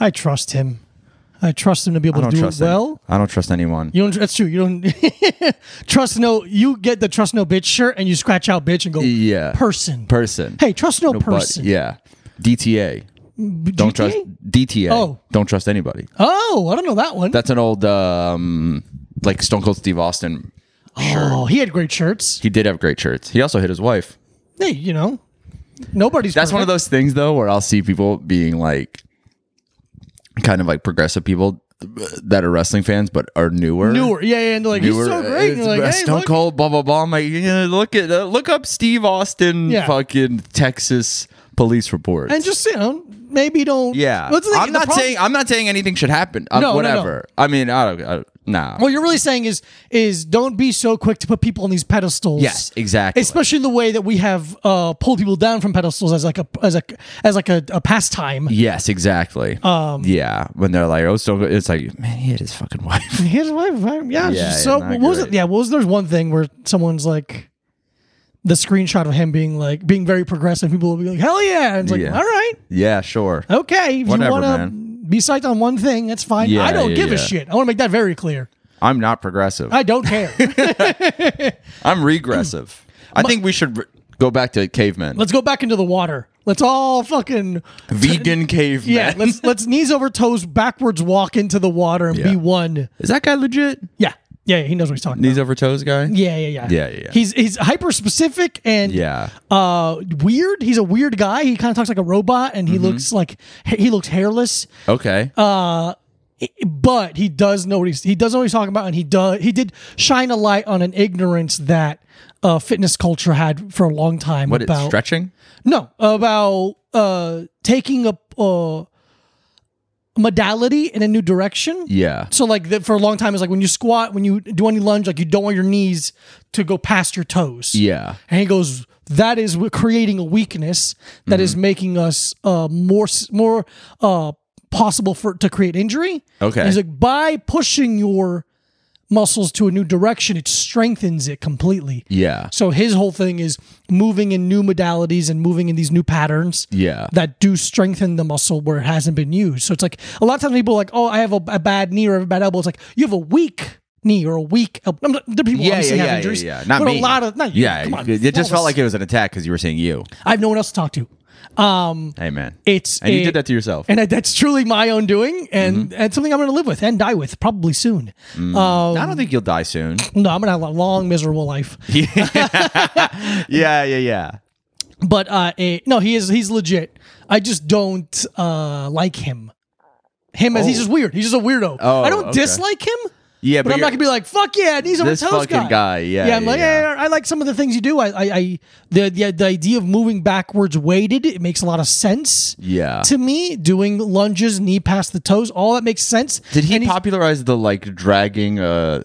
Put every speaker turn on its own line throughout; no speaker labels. I trust him. I trust him to be
I
able to
don't
do
trust
it well.
Any, I don't trust anyone.
You don't. That's true. You don't trust no. You get the trust no bitch shirt and you scratch out bitch and go
yeah.
person.
person.
hey, trust no,
No, but-
person.
yeah. DTA.
B-
Don't
GTA?
trust DTA.
Oh.
Don't trust anybody.
Oh, I don't know that one.
That's an old um like Stone Cold Steve Austin.
oh, he had great shirts.
He did have great shirts. He also hit his wife.
Hey, you know, nobody's.
That's one of
perfect.
those things though where I'll see people being like kind of like progressive people that are wrestling fans but are newer.
newer. Yeah, yeah. And they're like
Newer,
he's so great. And
it's
you're like, hey,
Stone
look,
Cold, blah blah blah. I'm like, yeah, look at uh, look up Steve Austin,
Yeah.
fucking Texas police report.
and just you know, maybe don't.
Yeah,
Well, that's the thing,
I'm
the
not
problem-
saying I'm not saying anything should happen. Uh,
No, no, no.
whatever. I mean, I don't. uh, I, nah.
What you're really saying is is don't be so quick to put people on these pedestals.
Yes, exactly.
Especially in the way that we have uh, pulled people down from pedestals as like a as a as like a, a pastime.
yes, exactly. Um. Yeah, when they're like, oh, so it's like, man, he hit his fucking wife.
Here's why, why- yeah.
Yeah,
so
yeah,
what
not
was
great.
it? Yeah, what was there's one thing where someone's like the screenshot of him being like being very progressive. People will be like, hell yeah! And it's like,
Yeah.
all right,
yeah, sure.
okay. If
Whatever,
you want
man.
to be psyched on one thing, that's fine.
Yeah,
I don't
yeah,
give
yeah.
a shit. I want to make that very clear.
I'm not progressive. I,
I don't care.
am regressive. I think we should re- go back to cavemen.
let's go back into the water. Let's all fucking
Vegan cavemen.
yeah. Let's let's knees over toes backwards walk into the water and
Yeah.
be one.
Is that guy legit?
Yeah, yeah. He knows what he's talking
Knees
about.
over toes guy.
Yeah, yeah, yeah.
Yeah, yeah, yeah.
He's he's hyper specific and
Yeah.
uh weird he's a weird guy he kind of talks like a robot and he
Mm-hmm.
looks like he looks hairless
Okay.
but he does know what he's he does know what he's talking about and he does he did shine a light on an ignorance that uh fitness culture had for a long time
what is
about
stretching?
no about uh taking a uh modality in a new direction
Yeah.
so like that for a long time it's like when you squat when you do any lunge like you don't want your knees to go past your toes
Yeah.
and he goes, "That is we're creating a weakness that is making us uh, more s- more uh, possible for to create injury."
Okay.
And he's like, by pushing your muscles to a new direction, it strengthens it completely.
Yeah.
So his whole thing is moving in new modalities and moving in these new patterns
Yeah.
that do strengthen the muscle where it hasn't been used. So it's like a lot of times people are like, oh, I have a, a bad knee or a bad elbow. It's like you have a weak knee or a weak. elbow. I'm not, there are people
Yeah, yeah,
obviously
yeah,
have
yeah,
injuries,
yeah. Not
but
me.
a lot of not you.
yeah.
Come on,
it it just
all of us.
felt like it was an attack because you were saying you.
I have no one else to talk to.
Hey man.
It's
and
a-
you did that to Mm-hmm. yourself.
and I, that's truly my own doing, and and something I'm going to live with and die with probably soon.
Mm.
Um,
I don't think you'll die soon.
no, I'm going to have a long miserable life.
Yeah, yeah, yeah.
But uh, eh, no, he is he's legit. I just don't uh like him. Him as he's
Oh.
just weird. He's just a weirdo.
Oh,
I don't
okay.
dislike him.
Yeah,
But I'm not gonna be like fuck yeah, he's a
This
toes
fucking
guy.
guy, yeah,
yeah. I'm
yeah,
like,
yeah.
yeah, I like some of the things you do. I, I, I the, the the idea of moving backwards weighted, it makes a lot of sense.
Yeah.
To me, doing lunges, knee past the toes, all that makes sense.
Did he
And he's-
popularize the like dragging uh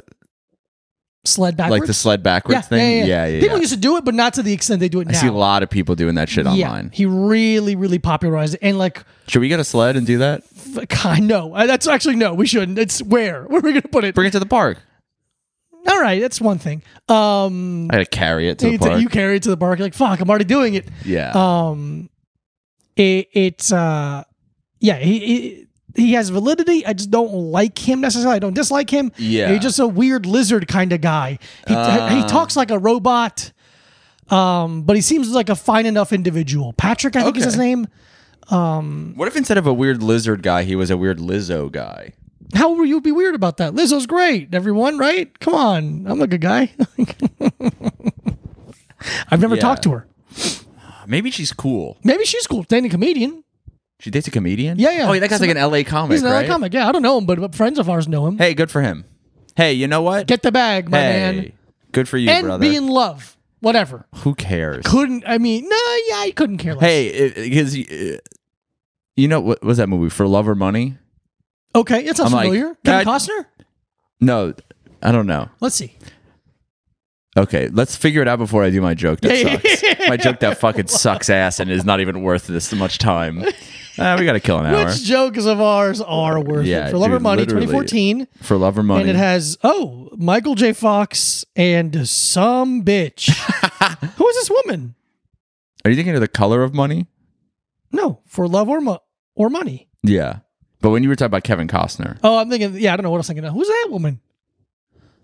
sled backwards?
like the sled backwards
yeah,
thing?
Yeah, yeah, People
yeah.
used to do it, but not to the extent they do it
I
now.
see a lot of people doing that shit
yeah,
online.
he really, really popularized it, and like
Should we get a sled and do that?
God, no. Uh, That's actually no. We shouldn't. It's where? Where are we gonna put it?
Bring it to the park.
All right, that's one thing. Um,
I gotta carry it to the
it's-
park.
you carry it to the park. You're like, fuck, I'm already doing it.
yeah.
Um, it, it's uh, yeah. He, he he has validity. I just don't like him necessarily. I don't dislike him.
Yeah. Uh.
he's just a weird lizard kind of guy. He he talks like a robot. Um, but he seems like a fine enough individual. Patrick, I think is
Okay.
his name.
what if instead of a weird lizard guy, he was a weird Lizzo guy?
How will you be weird about that? Lizzo's great, everyone, right? Come on. I'm a good guy. I've never
Yeah.
talked to her.
Maybe she's cool.
Maybe she's cool. Standing comedian.
She dates a comedian?
Yeah, yeah.
Oh, that guy's like an LA comic,
He's an LA
right?
comic. Yeah, I don't know him, but, but friends of ours know him.
Hey, good for him. Hey, you know what?
Get the bag, my
hey.
man.
Good for you,
And
brother.
be in love. Whatever.
Who cares?
Couldn't, I mean, no, yeah, I couldn't care less.
Hey, because uh, you know what was that movie for Love or Money?
Okay, that sounds
I'm like,
familiar. Kevin
God-
Costner?
No, I don't know.
Let's see.
Okay, let's figure it out before I do my joke. That
Yeah.
sucks. my joke that fucking sucks ass and is not even worth this much time. Uh, we gotta kill an hour
Which jokes of ours are worth
Yeah,
it? For Love or
dude,
Money,
literally.
2014.
for Love or
And
Money.
it has, oh, Michael J. Fox and some bitch. Who is this woman?
Are you thinking of the color of money?
No, for love or, mo- or money.
Yeah, But when you were talking about Kevin Costner,
Oh, I'm thinking. Yeah, I don't know what I was thinking. of. Who's that woman?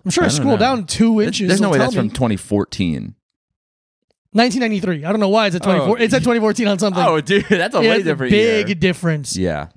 I'm sure I,
I don't
scroll
know.
down two
there's,
inches.
there's no
it'll
way
tell
that's
me.
from 2014.
1993. I don't know why it's at 24.
Oh.
It's at 2014 on something.
Oh, dude, that's a
Yeah,
way
it's a
different
big
year.
difference.
Yeah,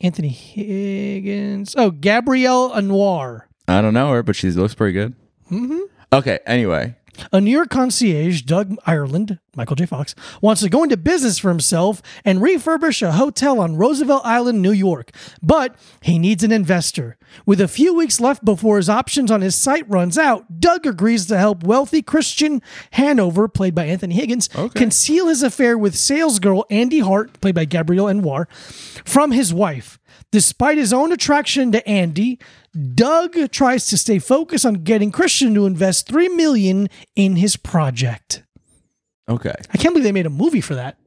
Anthony Higgins. Oh, Gabrielle Anwar.
I don't know her, but she looks pretty good.
hmm
Okay. Anyway,
A New York concierge, Doug Ireland, Michael J. Fox, wants to go into business for himself and refurbish a hotel on Roosevelt Island, New York. But he needs an investor. With a few weeks left before his options on his site runs out, Doug agrees to help wealthy Christian Hanover, played by Anthony Higgins,
Okay.
conceal his affair with salesgirl Andy Hart, played by Gabrielle Anwar, from his wife. Despite his own attraction to Andy, Doug tries to stay focused on getting Christian to invest three million in his project.
okay.
I can't believe they made a movie for that.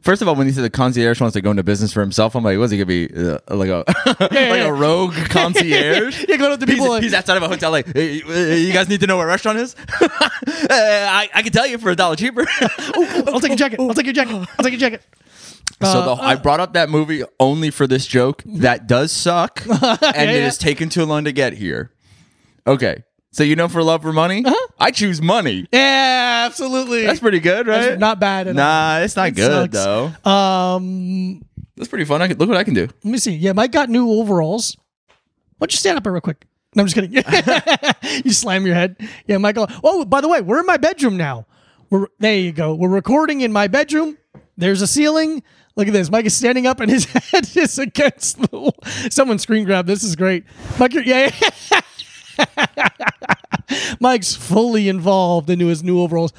First of all, when he said the concierge wants to go into business for himself, I'm like, was he gonna be uh, like a like
yeah.
a rogue concierge?
Yeah, going up to
He's-
people like-
he's, outside of a hotel, like, "Hey, uh, you guys need to know where a restaurant is. Uh, I, I can tell you for a dollar cheaper.
I'll take your jacket. I'll take your jacket. I'll take your jacket.
so the,
Uh,
I brought up that movie only for this joke. That does suck, and it
yeah.
has taken too long to get here. Okay, so you know, for love or money,
Uh-huh.
I choose money.
Yeah, absolutely.
That's pretty good, right?
That's not bad at
Nah, it's not good
sucks.
though.
all. Um,
That's pretty fun. I can, look what I can do.
let me see. Yeah, Mike got new overalls. Why don't you stand up real quick? No, I'm just kidding. you slam your head. Yeah, Michael. Oh, by the way, we're in my bedroom now. We're there. You go. We're recording in my bedroom. There's a ceiling. Look at this. Mike is standing up, and his head is against the. Wall. Someone screen grab. This is great. Mike, you're- yeah. yeah. Mike's fully involved into his new overalls.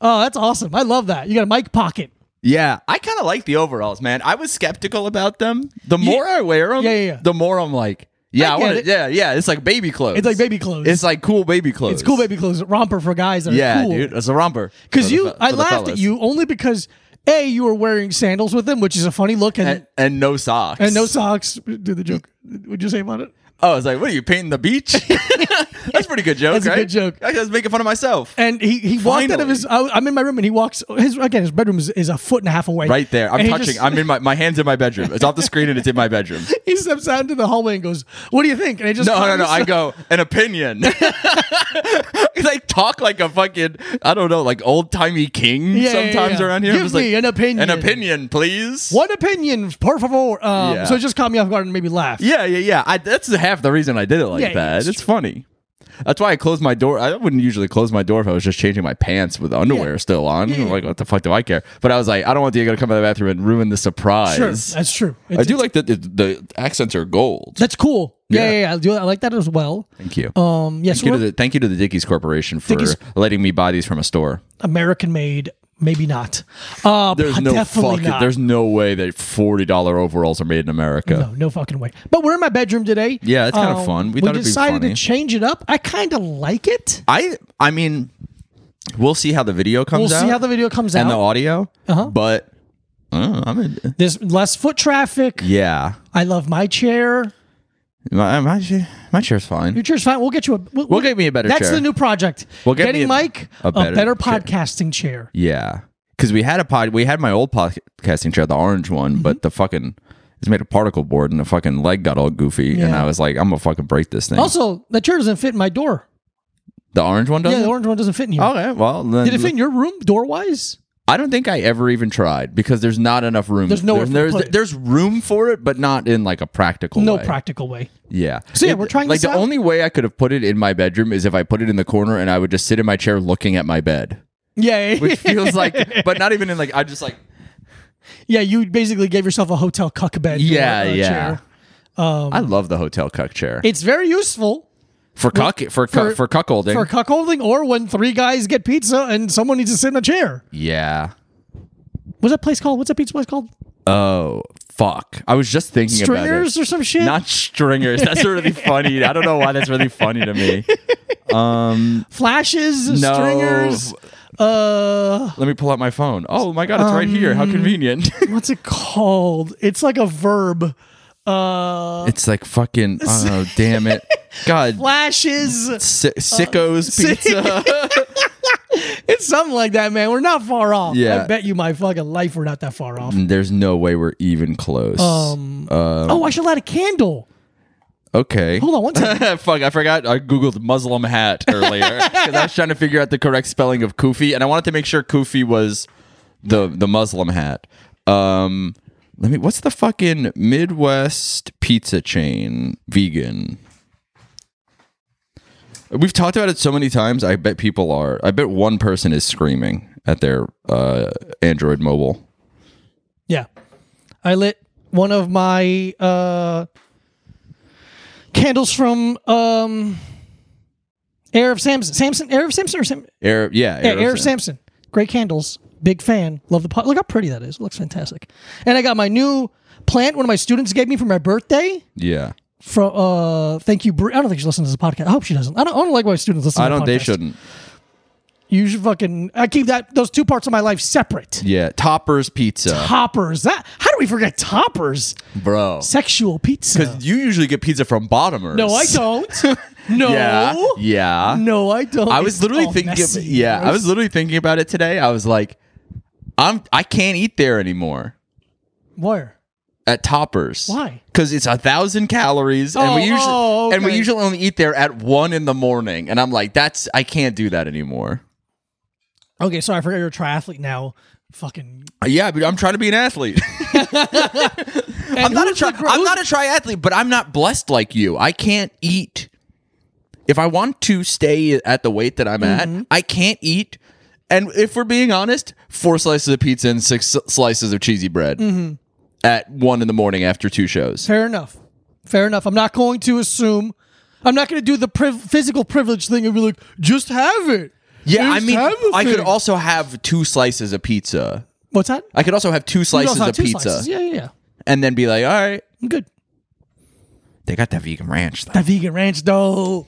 Oh, that's awesome. I love that. You got a mic pocket.
Yeah, I kind of like the overalls, man. I was skeptical about them. The more I wear them,
Yeah, yeah, yeah.
the more I'm like, yeah,
I
I,
get
want
it.
to. Yeah, yeah. It's like baby clothes.
It's like baby clothes.
It's like cool baby clothes.
It's cool baby clothes. Romper for guys. That are
Yeah,
cool.
dude. It's a romper. For
Because
the
you,
fe-
I
for the
laughed at
fellas.
you only because a you were wearing sandals with them, which is a funny look, and
And,
and,
and no socks.
no socks. Do the joke? Would you say about it?
Oh, I was like, what are you painting the beach? That's a pretty good joke.
That's a
right?
good joke.
I was making fun of myself.
And he, he walked out of
Finally.
his. I, I'm in my room, and he walks. His again, his bedroom is, is a foot and a half away.
Right there. I'm
And he
touching.
just-
I'm in my my hands in my bedroom. It's off the screen and it's in my bedroom.
He steps out into the hallway and goes, "What do you think?" And I just
No, no,
calmly
no. I
said-
go an opinion. 'Cause I talk like a fucking I don't know, like old timey king
Yeah, yeah,
sometimes
yeah.
around here. I'm
Give
just like,
me an opinion.
An opinion, please.
One opinion, por favor. Um,
Yeah.
So it just caught me off guard and made me laugh.
Yeah, yeah, yeah. I, that's half the reason I did it like
Yeah, yeah,
that.
it's
It's, funny. That's why I closed my door. I wouldn't usually close my door if I was just changing my pants with the underwear
Yeah.
still on.
Yeah, yeah.
Like, what the fuck do I care? But I was like, I don't want Diego to come out of the bathroom and ruin the surprise.
sure, that's true.
I
It's-
do like that the, the accents are gold.
That's cool. Yeah,
Yeah.
yeah, yeah. I do. I like that as well.
Thank you.
Um, yes,
thank, you to the, thank you to the Dickies Corporation for
Dickies-
letting me buy these from a store.
American made, maybe not. Uh,
There's no
definitely
fucking.
not.
There's no way that forty dollar overalls are made in America.
No, no fucking way. But we're in my bedroom today. Um,
Yeah, it's kinda fun. We thought it'd be
decided
funny.
to change it up. I kind of like it.
I I mean, we'll see how the video comes
We'll
out
see how the video comes
and the
out. Uh-huh.
audio. But I don't know, I'm in,
There's less foot traffic.
yeah.
I love my chair.
My my, chair- my chair's fine.
Your chair's fine. We'll get you a. We'll, we'll-
get me a better
That's
chair.
the new project.
We'll get
Getting
me a-
Mike
a
a better,
better chair.
podcasting chair.
Yeah, because we had a pod. We had my old podcasting chair, the orange one,
Mm-hmm.
but the fucking it's made of particle board, and the fucking leg got all goofy, and
Yeah.
I was like, I'm gonna fucking break this thing.
Also, that chair doesn't fit in my door.
the orange one does.
Yeah, the orange one doesn't fit in here.
Okay, well then.
Did it fit in your room door wise?
I don't think I ever even tried because there's not enough room.
There's nowhere for-
there's,
put it.
there's room for it, but not in like a practical
No
way.
practical way.
Yeah.
So, yeah,
It-
we're trying
Like
this
the
out.
only way I could have put it in my bedroom is if I put it in the corner and I would just sit in my chair looking at my bed,
Yeah, yeah,
which feels like, but not even in like I just like
yeah. You basically gave yourself a hotel cuck bed. or
Yeah,
a
yeah.
chair. Um,
I love the hotel cuck chair
It's very useful.
for cuck for
for-
for, for cuckolding.
for cuckolding or when three guys get pizza and someone needs to sit in a chair.
yeah.
What's that place called? What's that pizza place called?
Oh fuck! I was just thinking
Stringers
about
or some shit?
it. Not stringers. That's really funny. I don't know why that's really funny to me.
Flashes,
No.
stringers. Uh,
Let me pull out my phone. Oh my god, it's right here. How convenient.
what's it called? It's like a verb. Uh,
it's like fucking. Oh damn it. God
flashes.
Si- sickos pizza.
It's something like that, man. We're not far off.
Yeah.
I bet you my fucking life we're not that far off.
There's no way we're even close.
Um, oh, I should light a candle.
okay.
Hold on one second.
Fuck, I forgot. I googled Muslim hat earlier because I was trying to figure out the correct spelling of Kufi, and I wanted to make sure Kufi was the the Muslim hat. Um, let me. What's the fucking Midwest pizza chain vegan? We've talked about it so many times. I bet people are. I bet one person is screaming at their uh, Android mobile.
Yeah. I lit one of my uh, candles from um, Air of Samson. Samson? Air of Samson or Sam-
Air, yeah,
yeah, Air of Samson. Great candles. Big fan. Love the pot. Look how pretty that is. It looks fantastic. And I got my new plant one of my students gave me for my birthday.
Yeah,
From uh, thank you. Bri- I don't think she listens to this podcast. I hope she doesn't. I don't, I don't like why students listen.
I
to the
don't. They
podcast.
shouldn't.
You should fucking. I keep that those two parts of my life separate.
Yeah, Topper's Pizza,
Toppers. That. How do we forget toppers?
bro.
Sexual pizza.
Because you usually get pizza from Bottomers.
No, I don't. no.
Yeah, yeah.
No, I don't.
I was
It's
literally
all
thinking.
messy,
of, yeah, I
gross.
was literally thinking about it today. I was like, I'm I can't eat there anymore
Where?
at Toppers.
Why?
Because it's a thousand calories, and we
Oh,
usually
oh,
and we
okay.
usually only eat there at one in the morning. And I'm like, that's I can't do that anymore.
Okay, sorry. I forgot you're a triathlete now. Fucking.
Yeah, but I'm trying to be an athlete. I'm not a tri- I'm not a triathlete, but I'm not blessed like you. I can't eat. If I want to stay at the weight that I'm
Mm-hmm.
at, I can't eat. And if we're being honest, four slices of pizza and six s- slices of cheesy bread
Mm-hmm.
at one in the morning after two shows.
Fair enough. Fair enough. I'm not going to assume. I'm not going to do the priv- physical privilege thing and be like, just have it.
Yeah,
Just
I mean,
have the
I could
thing."
also have two slices of pizza.
What's that?
I could also have two
You
slices
also have
of
two
pizza
slices. Yeah, yeah, yeah.
and then be like, all right,
I'm good.
they got that vegan ranch. Though.
That vegan ranch though.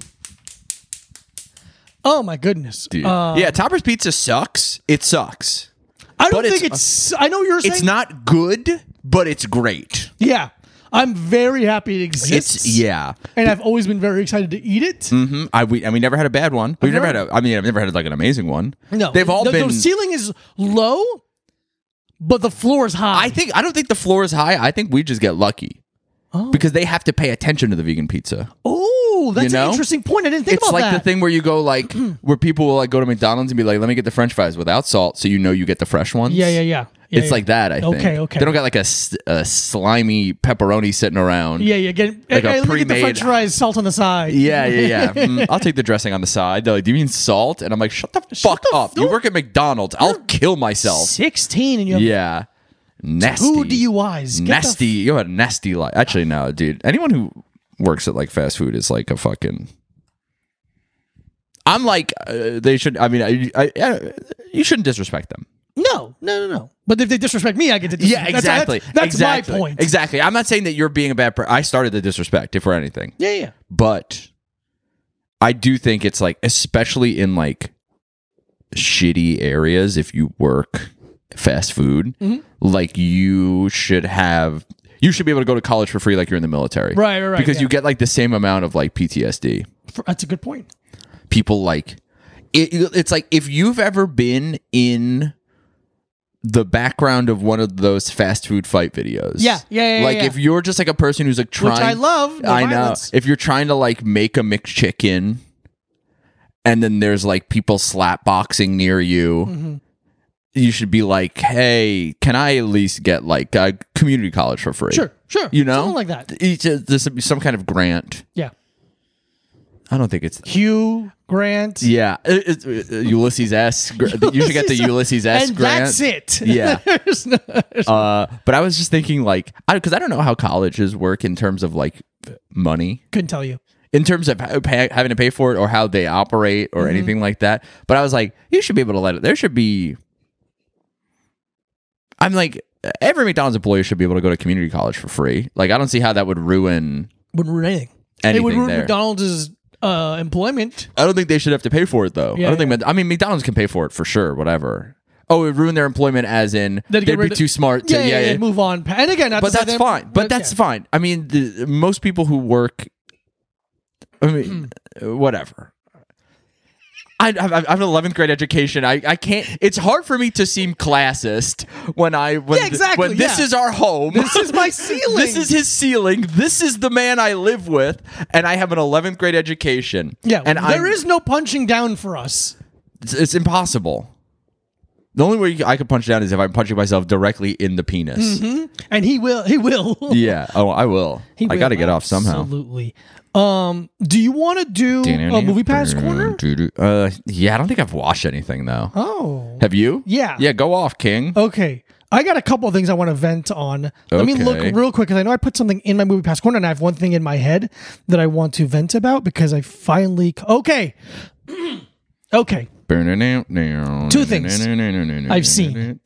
Oh my goodness.
dude.
Uh,
yeah, Topper's Pizza sucks. It sucks.
I don't
but
think it's.
it's-
I know what you're saying.
It's not good, but it's great.
Yeah, I'm very happy it exists.
It's yeah.
and I've always been very excited to eat it.
hmm I we and we never had a bad one. We've never had a. I mean, I've never had like an amazing one.
No,
they've all
the,
been.
The ceiling is low, but the floor is high.
I think I don't think the floor is high. I think we just get lucky because they have to pay attention to the vegan pizza.
oh, that's
You know?
an interesting point. I didn't think
it's
about
like
that.
the thing where you go like where people will like go to McDonald's and be like, "Let me get the French fries without salt," so you know you get the fresh ones.
Yeah, yeah, yeah. Yeah,
It's
yeah.
like that. I think.
Okay, okay.
They don't got like a, s- a slimy pepperoni sitting around.
Yeah, yeah. Get,
Like a
hey, look at the
pre-made-
French fries, salt on the side.
Yeah, yeah, yeah. Mm, I'll take the dressing on the side. They're like, "Do you mean salt?" And I'm like, "Shut the fuck
the
up! you
fuck-
work at McDonald's. I'll kill myself."
Sixteen, and you have
Yeah, nasty.
two DUIs. Get the
Nasty. you had a nasty life. Actually, no, dude. Anyone who works at like fast food is like a fucking. I'm like, uh, they should. I mean, I, I, I, you shouldn't disrespect them.
No, no, no, no. But if they disrespect me, I get to disrespect. that's- That's, that's
exactly.
my point.
Exactly. I'm not saying that you're being a bad person. I started the disrespect, if we're anything.
Yeah, yeah.
but I do think it's like, especially in like shitty areas, if you work fast food,
Mm-hmm.
like you should have, you should be able to go to college for free, like you're in the military,
Right, right, right,
Because you
yeah.
get like the same amount of like PTSD.
For- That's a good point.
People like it, it's like if you've ever been in the background of one of those fast food fight videos,
Yeah, yeah, yeah,
like
yeah.
if you're just like a person who's like trying,
Which I love. the
I
violence.
know. If you're trying to like make a McChicken and then there's like people slap boxing near you,
Mm-hmm.
you should be like, hey, can I at least get like a community college for free?
Sure, sure.
You know?
something like that.
Each, uh, there's some- some kind of grant.
Yeah.
I don't think it's.
Hugh Grant.
Yeah. It- it- uh, Ulysses S. Gr- you should get the Ulysses S
And
grant.
that's it.
Yeah.
There's no- there's-
Uh, but I was just thinking, like, because I don't know how colleges work in terms of like money.
couldn't tell you.
in terms of how- pay, having to pay for it or how they operate or anything like that. But I was like, you should be able to let it. There should be. I'm like, every McDonald's employee should be able to go to community college for free. Like, I don't see how that would ruin
Wouldn't ruin anything. it would
anything
ruin
there.
McDonald's uh, employment.
I don't think they should have to pay for it though.
Yeah,
I don't think. Mc- I mean, McDonald's can pay for it for sure. Whatever. Oh, it ruined their employment, as in
They'd
they'd,
get
be
rid of-
too smart. To,
Yeah, yeah, yeah, Move on. And again, not to
but
say
that's
that-
fine. But that's fine. I mean, the, most people who work, I mean, whatever. I, I, I have an eleventh grade education. I, I can't. It's hard for me to seem classist when I when
Yeah, exactly,
when this
yeah.
is our home.
This is my ceiling.
this is his ceiling. This is the man I live with, and I have an eleventh grade education.
Yeah,
and
there
I'm-
is no punching down for us.
it's, it's impossible. The only way I could punch down is if I'm punching myself directly in the penis.
And he will. He will.
Yeah. Oh, I will.
He
I
will,
got to get off somehow.
Absolutely. Um, do you want to do a movie pass corner?
Uh, yeah, I don't think I've watched anything though.
Oh,
Have you?
Yeah.
Yeah, go off, King.
okay. I got a couple of things I want to vent on. Let me look
Okay.
real quick because I know I put something in my movie pass corner, and I have one thing in my head that I want to vent about because I finally okay, okay.
Two
things I've seen.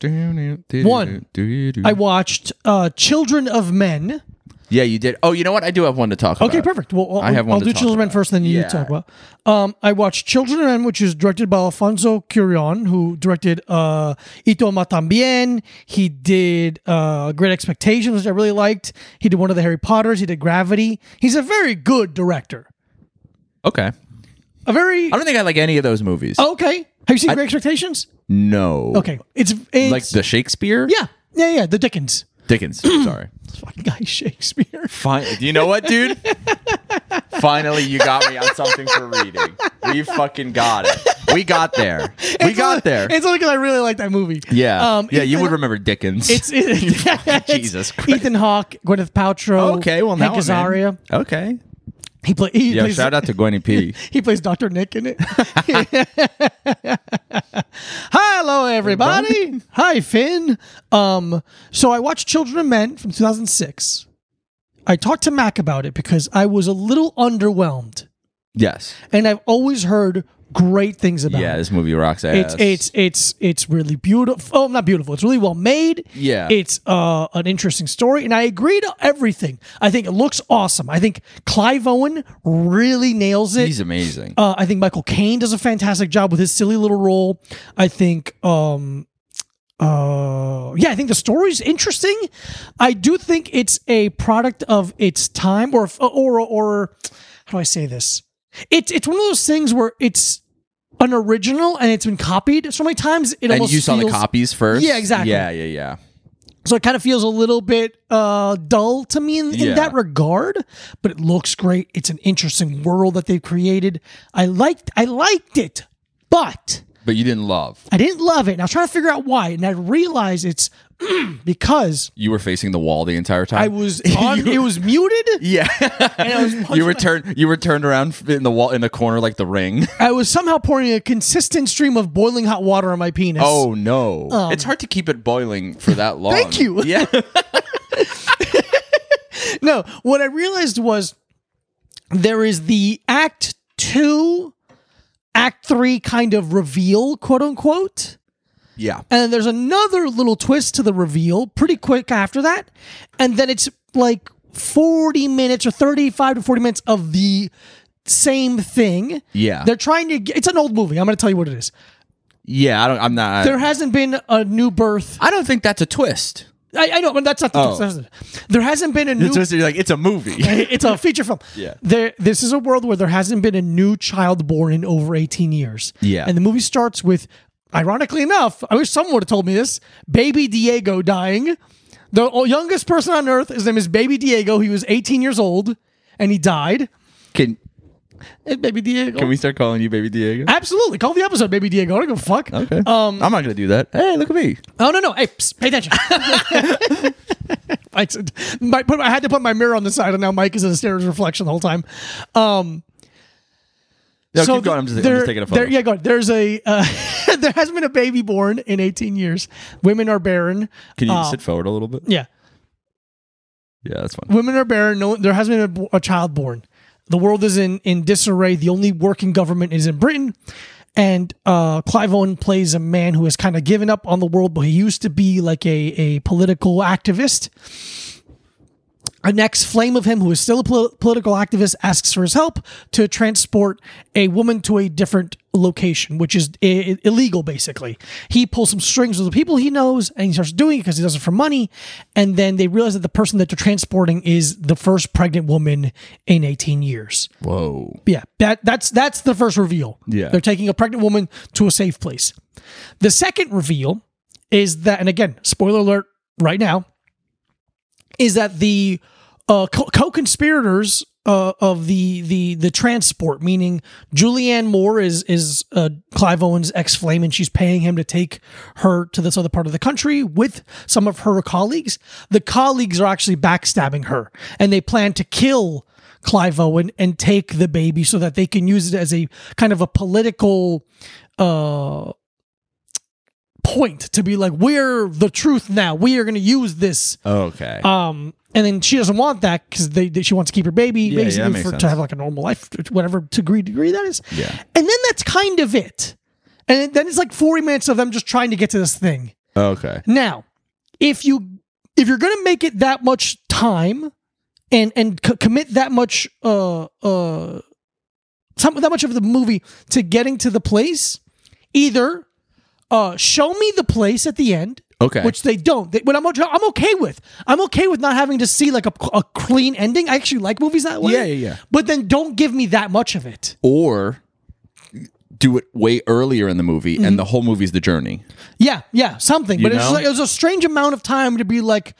One, I
I
watched uh, Children of Men.
yeah, you did. Oh, you know what? I do have one to talk about.
Okay, perfect. Well, I'll,
I have one
I'll
to
do
talk
Children of Men
about.
first, then you
Yeah.
talk about. Um, I watched Children of Men, which is directed by Alfonso Cuarón, who directed uh, Ito Matambien. He did uh, Great Expectations, which I really liked. He did one of the Harry Potters. He did Gravity. He's a very good director.
Okay.
A very Oh,
I don't think I like any of those movies.
okay. Have you seen Great Expectations?
No.
Okay, it's, it's
Like the Shakespeare?
yeah, yeah, yeah. The Dickens,
Dickens. Sorry.
fucking guy Shakespeare.
Fine. You know what, dude? Finally, you got me on something for reading. We fucking got it. We got there. We got there.
It's only because I really like that movie.
Yeah.
Um,
yeah, you
Ethan-
would remember Dickens.
It's, it's,
Jesus
it's
Christ.
Ethan Hawke, Gwyneth Paltrow.
okay, well, now
Hank
I'm in.
Azaria.
Okay.
He, play, he
Yeah,
plays.
shout out to Gwenny P.
He plays Doctor Nick in it. Hello, everybody. Hi, Finn. Um, so I watched Children of Men from 2006. I talked to Mac about it because I was a little underwhelmed,
yes.
and I've always heard great things about
Yeah,
it.
this movie rocks ass.
It's it's it's it's really beautiful. Oh, not beautiful. It's really well made.
Yeah.
It's uh, an interesting story, and I agree to everything. I think it looks awesome. I think Clive Owen really nails it.
He's amazing.
Uh, I think Michael Caine does a fantastic job with his silly little role. I think, um, uh, yeah, I think the story's interesting. I do think it's a product of its time, or or or how do I say this? It's it's one of those things where it's an original and it's been copied so many times. It
and
almost
you saw the
feels-
copies first?
Yeah, exactly.
Yeah, yeah, yeah.
so it kind of feels a little bit uh, dull to me in, in
Yeah.
that regard, but it looks great. It's an interesting world that they've created. I liked I liked it, but
But you didn't love.
I didn't love it. And I was trying to figure out why, and I realized it's because
You were facing the wall the entire time.
I was on, it was muted.
yeah.
And I, was,
you were turned you were turned around in the wall in the corner like the ring.
I was somehow pouring a consistent stream of boiling hot water on my penis.
Oh no. it's hard to keep it boiling for that long.
Um. Thank you.
Yeah.
no, what I realized was there is the act two, act three kind of reveal, quote unquote.
yeah.
And then there's another little twist to the reveal pretty quick after that. And then it's like 40 minutes or 35 to 40 minutes of the same thing.
Yeah.
They're trying to, get, it's an old movie. I'm going to tell you what it is.
Yeah, I don't I'm not
There hasn't been a new birth.
I don't think that's a twist.
I, I know, but that's not the
Oh.
twist. There hasn't been a
The
new
twist is like it's a movie.
it's a feature film.
Yeah.
There this is a world where there hasn't been a new child born in over 18 years.
Yeah.
And the movie starts with ironically enough, I wish someone would have told me this, baby Diego dying. The o- youngest person on earth, his name is baby Diego. He was 18 years old and he died.
Can
Eh, baby Diego.
can we start calling you baby Diego?
Absolutely. Call the episode baby Diego. I don't give a fuck.
Okay. Um I'm not gonna do that. Hey, look at me.
Oh no no! Hey, psst, pay attention. I, said- my, put, I had to put my mirror on the side, and now Mike is in a stare at his reflection the whole time. Um,
No, keep going. I'm just- I'm just
there-
taking a photo.
there- yeah, go. on. There's a uh, there hasn't been a baby born in 18 years. Women are barren.
Can you
Uh,
sit forward a little bit?
Yeah,
Yeah, that's fine.
women are barren. No, there hasn't been a bo- a, child born. The world is in in disarray. The only working government is in Britain. And uh, Clive Owen plays a man who has kind of given up on the world, but he used to be like a, a political activist. Our next flame of him, who is still a pol- political activist, asks for his help to transport a woman to a different location, which is I- illegal, basically. He pulls some strings with the people he knows and he starts doing it because he does it for money. And then they realize that the person that they're transporting is the first pregnant woman in 18 years.
Whoa.
Yeah, that that's that's the first reveal.
Yeah.
They're taking a pregnant woman to a safe place. The second reveal is that and again, spoiler alert right now is that the uh, co- co-conspirators uh, of the the the transport, meaning Julianne Moore is is uh, Clive Owen's ex flame, and she's paying him to take her to this other part of the country with some of her colleagues. The colleagues are actually backstabbing her, and they plan to kill Clive Owen and take the baby so that they can use it as a kind of a political. Uh, point to be like we're the truth now we are going to use this
Okay.
um, and then she doesn't want that because they, they- she wants to keep her baby
yeah, that
basically
makes
for,
sense.
to have like a normal life, to whatever degree degree that is.
Yeah.
And then that's kind of it. And then it's like forty minutes of them just trying to get to this thing.
okay.
Now, if you if you're gonna make it that much time and and c- commit that much uh uh some that much of the movie to getting to the place, either uh show me the place at the end
Okay.
which they don't. They, what I'm, I'm okay with. I'm okay with not having to see like a, a clean ending. I actually like movies that way.
Yeah, yeah, yeah.
But then don't give me that much of it.
or do it way earlier in the movie,
Mm-hmm.
and the whole movie's the journey.
Yeah, yeah, something. but it was,
know?
just like, it was a strange amount of time to be like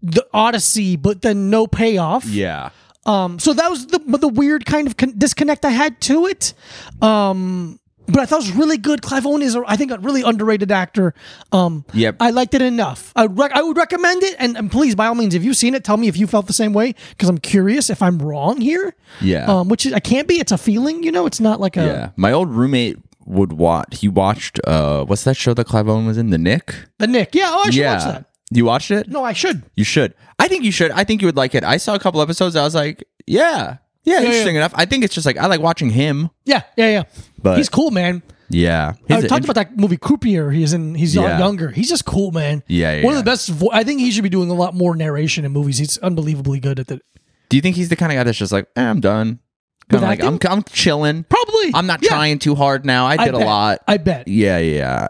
the Odyssey, but then no payoff.
Yeah.
Um, so that was the the weird kind of con- disconnect I had to it. Um, but I thought it was really good. Clive Owen is, a, I think, a really underrated actor. Um,
Yep.
I liked it enough. I rec- I would recommend it, and, and please, by all means, if you've seen it, tell me if you felt the same way because I'm curious if I'm wrong here.
Yeah.
Um, which is, I can't be. It's a feeling, you know. It's not like a.
yeah. My old roommate would watch. He watched. uh What's that show that Clive Owen was in? The Nick.
The Nick. Yeah. Oh, I should
yeah.
watch that.
You watched it?
No, I should.
You should. I think you should. I think you would like it. I saw a couple episodes. I was like, yeah, yeah, interesting enough. I think it's just like I like watching him.
Yeah. Yeah. Yeah.
But-
he's cool, man.
Yeah,
I talked Uh, about that movie Croupier. He's in. He's
Yeah.
younger. He's just cool, man.
Yeah, yeah,
One of
yeah.
the best. Vo- I think he should be doing a lot more narration in movies. He's unbelievably good at that.
Do you think he's the kind of guy that's just like, eh, I'm done. Kind of like I'm, I'm chilling.
Probably.
I'm not
Yeah.
trying too hard now. I
I
did a
bet.
lot.
I bet.
yeah, yeah.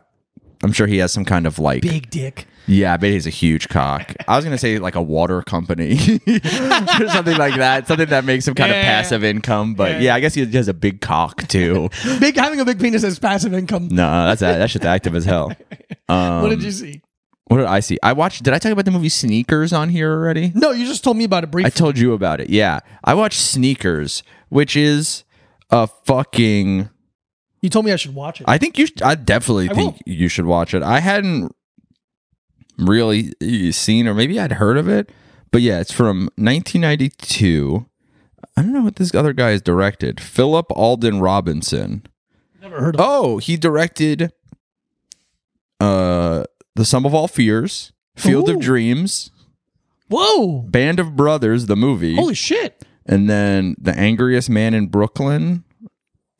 I'm sure he has some kind of like.
Big dick.
Yeah, I bet he's a huge cock. I was gonna say like a water company or something like that. Something that makes him kind
Yeah.
of passive income. But yeah. I guess he has a big cock too.
Big having a big penis as passive income.
no, that's that shit's active as hell. Um,
what did you see?
What did I see? I watched. Did I talk about the movie Sneakers on here already?
No, you just told me about it briefly.
I told you about it. Yeah, I watched Sneakers, which is a fucking.
you told me I should watch it.
I think you. sh- I definitely
I
think
will.
you should watch it. I hadn't really e, seen, or maybe I'd heard of it, but yeah, it's from 1992. I don't know what this other guy has directed. Philip Alden Robinson.
Never heard of. it.
Oh, he directed uh The Sum of All Fears, Field
Ooh.
of Dreams,
Whoa!
Band of Brothers, the movie,
Holy shit!
and then The Angriest Man in Brooklyn,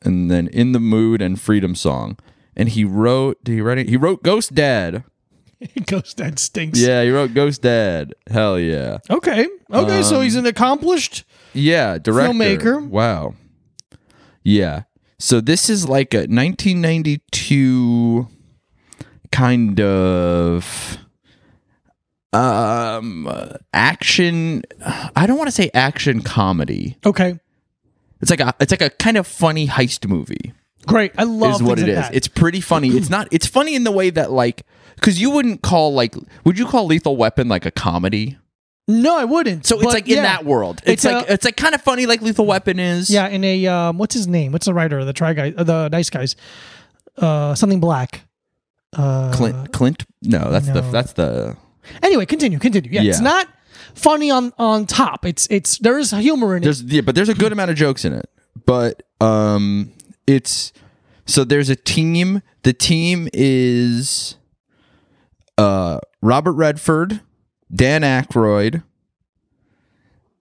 and then In the Mood and Freedom Song. And he wrote, did he write it? He wrote Ghost Dad.
Ghost Dad stinks.
Yeah, he wrote Ghost Dad. Hell yeah.
Okay. Okay. so he's an accomplished.
Yeah, director.
Filmmaker.
Wow. Yeah. So this is like a 1992 kind of um action I don't want to say action comedy.
Okay.
It's like a it's like a kind of funny heist movie
Great. I love
is what
things
it
like
is.
that.
It's pretty funny. It's not it's funny in the way that like cuz you wouldn't call like would you call Lethal Weapon like a comedy?
no, I wouldn't.
So it's
but
like
yeah.
in that world.
It's
It's, like
a-
it's like kind of funny like Lethal Weapon is.
Yeah, in a um, what's his name? What's the writer? The try guy, uh, the nice guys, uh, something black. Uh,
Clint. Clint. No, that's the
no.
that's the
Anyway, continue, continue. Yeah, it's
Yeah.
not funny on on top. It's it's there is humor in it.
there's yeah, but there's a good amount of jokes in it. But um, it's so there's a team. The team is uh Robert Redford, Dan Aykroyd,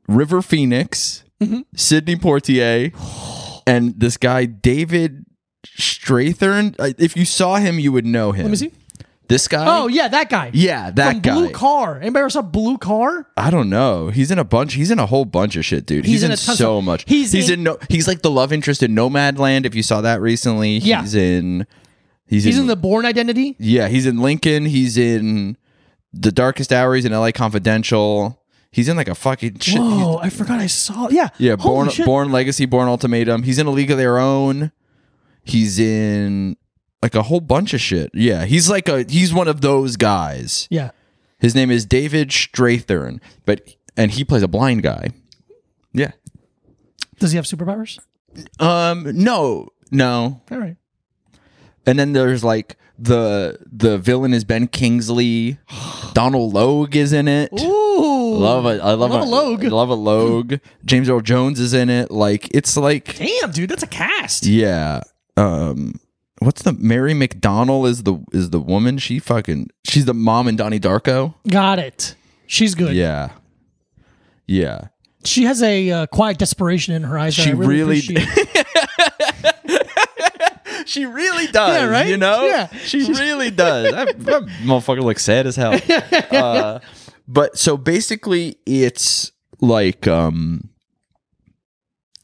River Phoenix,
Mm-hmm.
Sidney Portier, and this guy David Strathern. Uh, If you saw him, you would know him.
Let me see.
This guy?
Oh yeah, that guy.
Yeah, that
From
guy.
Blue Car. Anybody ever saw Blue Car?
I don't know. He's in a bunch. He's in a whole bunch of shit, dude. He's,
in
in,
a ton
so
of-
much.
he's
He's,
in-
in, no. He's like the love interest in Nomadland. If you saw that recently,
Yeah.
He's in. He's,
He's
in,
in the Born Identity.
Yeah, he's in Lincoln. He's in the Darkest Hours. He's in L.A. Confidential. He's in like a fucking shit. he's-
Whoa, I forgot I saw. Yeah.
yeah,
Holy
Born
shit.
Born Legacy, Born Ultimatum. He's in a League of Their Own. He's in like a whole bunch of shit. Yeah, he's like a he's one of those guys.
Yeah.
His name is David Strathern, but and he plays a blind guy. Yeah.
Does he have superpowers?
Um. No. No.
All right.
And then there's like the the villain is Ben Kingsley. Donald Logue is in it.
Ooh.
Love it. I love,
Love a Logue.
I love a Logue. James Earl Jones is in it. Like it's like
Damn, dude, that's a cast.
yeah. Um. What's the Mary McDonald is the is the woman? She fucking she's the mom in Donnie Darko.
Got it. She's good.
Yeah. Yeah.
She has a uh, quiet desperation in her eyes. that
She
I really,
really-
appreciate.
She really does.
Yeah, right?
You know?
Yeah.
She really does. That, that motherfucker looks sad as hell. Uh, but so basically, it's like um,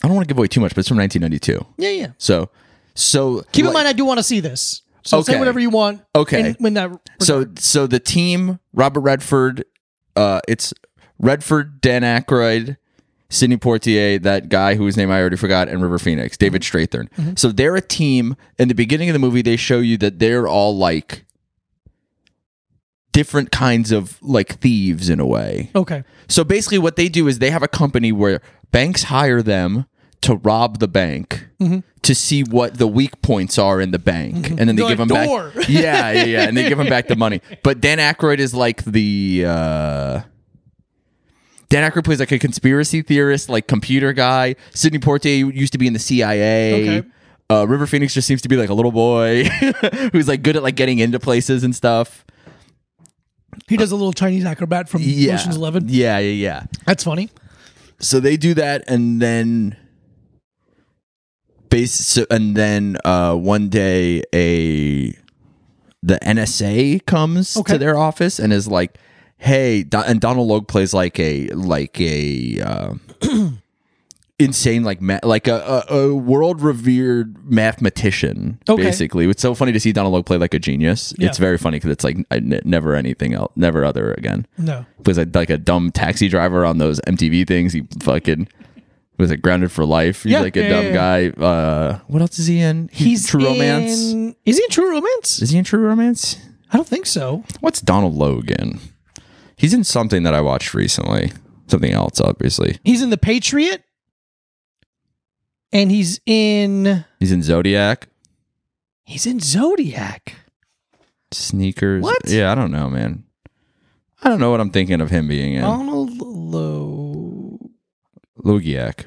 I don't want to give away too much, but it's from 1992.
yeah, yeah.
So, so
Keep in
like-
mind, I do want to see this. So say
Okay.
whatever you want.
Okay.
And when that
So, so the team: Robert Redford, uh, it's Redford, Dan Aykroyd, Sidney Portier, that guy whose name I already forgot, and River Phoenix, David Strathern. So they're a team. In the beginning of the movie, they show you that they're all like different kinds of like thieves in a way.
okay,
So basically, what they do is they have a company where banks hire them to rob the bank
Mm-hmm.
to see what the weak points are in the bank, and then they
They're
give
like,
them
"Door."
back. Yeah, yeah, yeah, and they give them back the money. But Dan Aykroyd is like the. Uh, Dan Aykroyd plays like a conspiracy theorist, like computer guy. Sidney Portier used to be in the CIA.
Okay.
Uh, River Phoenix just seems to be like a little boy who's like good at like getting into places and stuff.
he does a little Chinese acrobat from
Yeah,
Ocean's Eleven.
Yeah, yeah, yeah.
That's funny.
so they do that and then base so, and then uh one day a the NSA comes
Okay.
to their office and is like hey Do- and Donald Logue plays like a like a uh, insane like ma- like a, a, a world revered mathematician
Okay.
basically it's so funny to see Donald Logue play like a genius it's
Yeah.
very funny cuz it's like I n- never anything else never other again
No.
was a, like a dumb taxi driver on those MTV things. He fucking was it grounded for life. He's
Yeah,
like a
yeah,
dumb
yeah,
guy. Uh, what else is he in? He's, True Romance.
in- Is he in True Romance?
Is he in True Romance?
I don't think so.
What's Donald Logan? He's in something that I watched recently. Something else, obviously.
He's in The Patriot, and he's in
He's in Zodiac
he's in Zodiac.
sneakers.
What?
Yeah, I don't know, man. I don't know what I'm thinking of him being in.
Donald Low.
Logiac.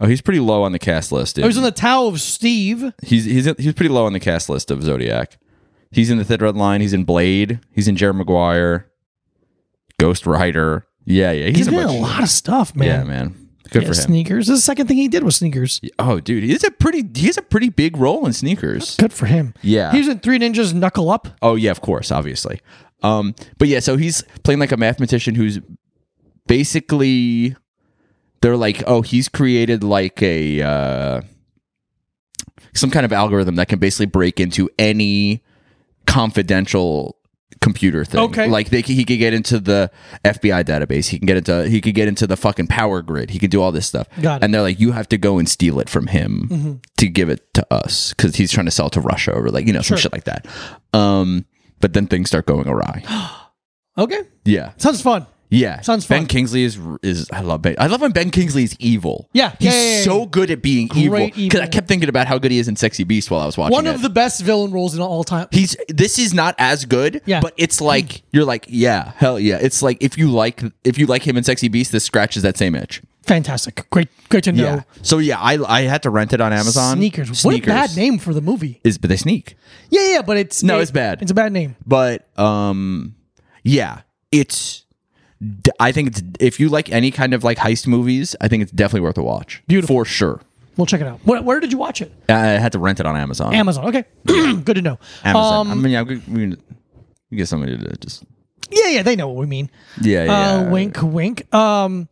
Oh, he's pretty low on the cast list.
Oh, he's
isn't
on the Tao of Steve.
He's he's he's pretty low on the cast list of Zodiac. He's in the Thin Red Line. He's in Blade. He's in Jerry Maguire. Ghost Rider. Yeah, yeah.
He's
in
been in a
bunch of
lot of stuff,
shit.
man.
Yeah, man. Good
Yeah,
for him.
Sneakers. This is the second thing he did was sneakers.
oh, dude, he's a pretty he has a pretty big role in sneakers.
Good for him.
Yeah.
He was in Three Ninjas Knuckle Up.
Oh yeah, of course, obviously. Um, but yeah, so he's playing like a mathematician who's basically they're like, oh, he's created like a uh, some kind of algorithm that can basically break into any confidential computer thing.
Okay.
like they c- he could get into the FBI database. He can get into he could get into the fucking power grid. He could do all this stuff.
Got it. Mm-hmm.
And they're like, you have to go and steal it from him to give it to us because he's trying to sell it to Russia or like you know some
Sure.
shit like that. Um, but then things start going awry.
Okay.
Yeah,
Sounds fun.
yeah.
Sounds
ben
fun.
Kingsley is is I love Ben. I love when Ben Kingsley is evil.
Yeah, yeah,
he's
yeah, yeah,
so
yeah.
good at being evil
Great
because I
evil.
kept thinking about how good he is in Sexy Beast while I was watching.
One of
it.
the best villain roles in all time.
He's this is not as good,
Yeah.
but it's like you're like, yeah, hell yeah. It's like if you like if you like him in Sexy Beast, this scratches that same itch.
Fantastic. Great great to know.
Yeah. So yeah, I I had to rent it on Amazon.
Sneakers. What a bad name for the movie.
Is but they sneak.
Yeah, yeah, but it's
No,
it-
it's bad.
It's a bad name.
but um yeah it's d- i think it's if you like any kind of like heist movies i think it's definitely worth a watch
Beautiful.
for sure
We'll check it out. Where, where did you watch it?
I had to rent it on Amazon.
Amazon. Okay, good to know.
Amazon. I
Um,
mean, yeah, we, we, we get somebody to just
yeah, yeah, they know what we mean.
yeah, yeah.
Uh,
yeah.
wink, wink. Um,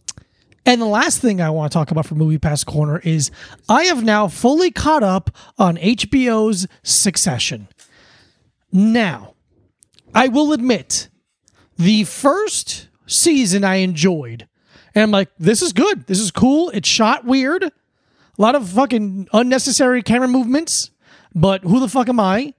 and the last thing I want to talk about for Movie Pass Corner is I have now fully caught up on HBO's Succession. Now, I will admit, the first season I enjoyed, and I'm like, this is good. This is cool. It's shot weird. A lot of fucking unnecessary camera movements, but who the fuck am I?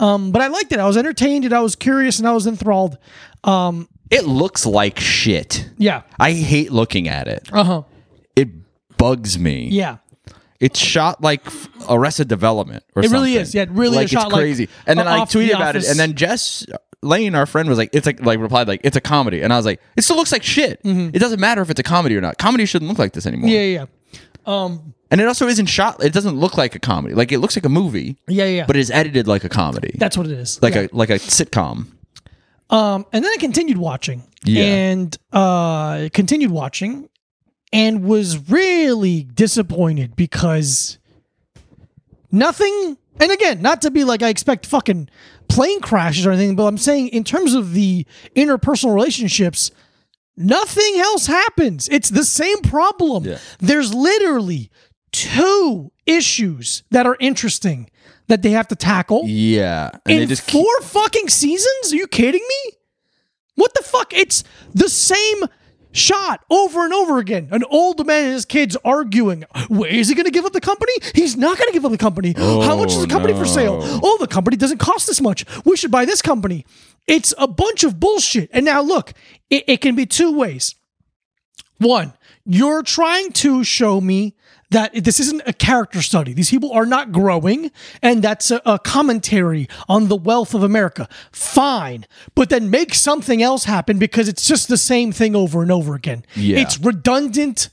Um, but I liked it. I was entertained and I was curious and I was enthralled.
It looks like shit.
Yeah.
I hate looking at it.
Uh huh.
It bugs me.
Yeah.
It's shot like f- Arrested Development or
It
something.
really is. Yeah, it really is
like,
shot
it's
like
crazy. and then I
off The
tweeted about it
Office.
and then Jess uh, Lane, our friend, was like, it's like like replied like it's a comedy. And I was like, it still looks like shit. It doesn't matter if it's a comedy or not. Comedy shouldn't look like this anymore.
Mm-hmm. Yeah, yeah,
And it also isn't shot it doesn't look like a comedy. Like it looks like a movie,
yeah, yeah. yeah.
but it is edited like a comedy.
that's what it is.
like
yeah.
a like a sitcom.
um, and then I continued watching.
Yeah.
And uh, continued watching, and was really disappointed because nothing. And again, not to be like I expect fucking plane crashes or anything, but I'm saying in terms of the interpersonal relationships, nothing else happens. It's the same problem.
Yeah.
There's literally two issues that are interesting that they have to tackle.
Yeah. And
in
they just keep-
four fucking seasons? Are you kidding me? What the fuck? It's the same shot over and over again. An old man and his kids arguing. Wait, is he going to give up the company? He's not going to give up the company. How much is the company for sale?
no.
Oh, the company doesn't cost this much. We should buy this company. It's a bunch of bullshit. And now look, it, it can be two ways. One, you're trying to show me that this isn't a character study. These people are not growing, and that's a, a commentary on the wealth of America. Fine. But then make something else happen because it's just the same thing over and over again.
Yeah.
It's redundant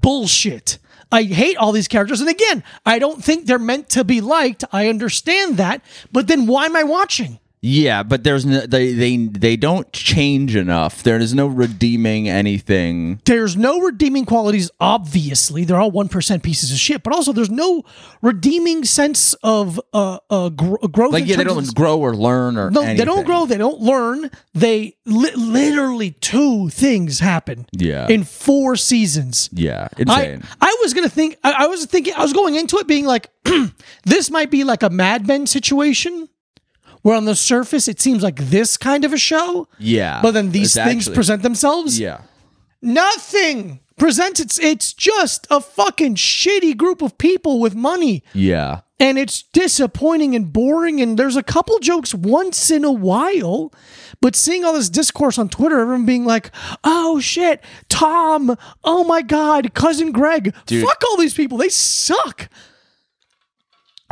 bullshit. I hate all these characters. And again, I don't think they're meant to be liked. I understand that. But then why am I watching?
Yeah, but there's no, they they they don't change enough. There is no redeeming anything.
there's no redeeming qualities obviously they're all 1% pieces of shit but also there's no redeeming sense of uh, uh gr- growth
Like
in
yeah, they
terms of-
don't grow or learn or
no,
anything.
they don't grow they don't learn they li- literally two things happen
Yeah.
in four seasons
Yeah,
I,
insane.
I was gonna think I, I was thinking I was going into it being like this might be like a Mad Men situation where on the surface it seems like this kind of a show
yeah,
but then these
Ah, it's
things
actually-
present themselves
Yeah,
nothing presents it's it's just a fucking shitty group of people with money
yeah,
and it's disappointing and boring and there's a couple jokes once in a while but seeing all this discourse on twitter everyone being like oh shit tom oh my god cousin greg fuck all these people they suck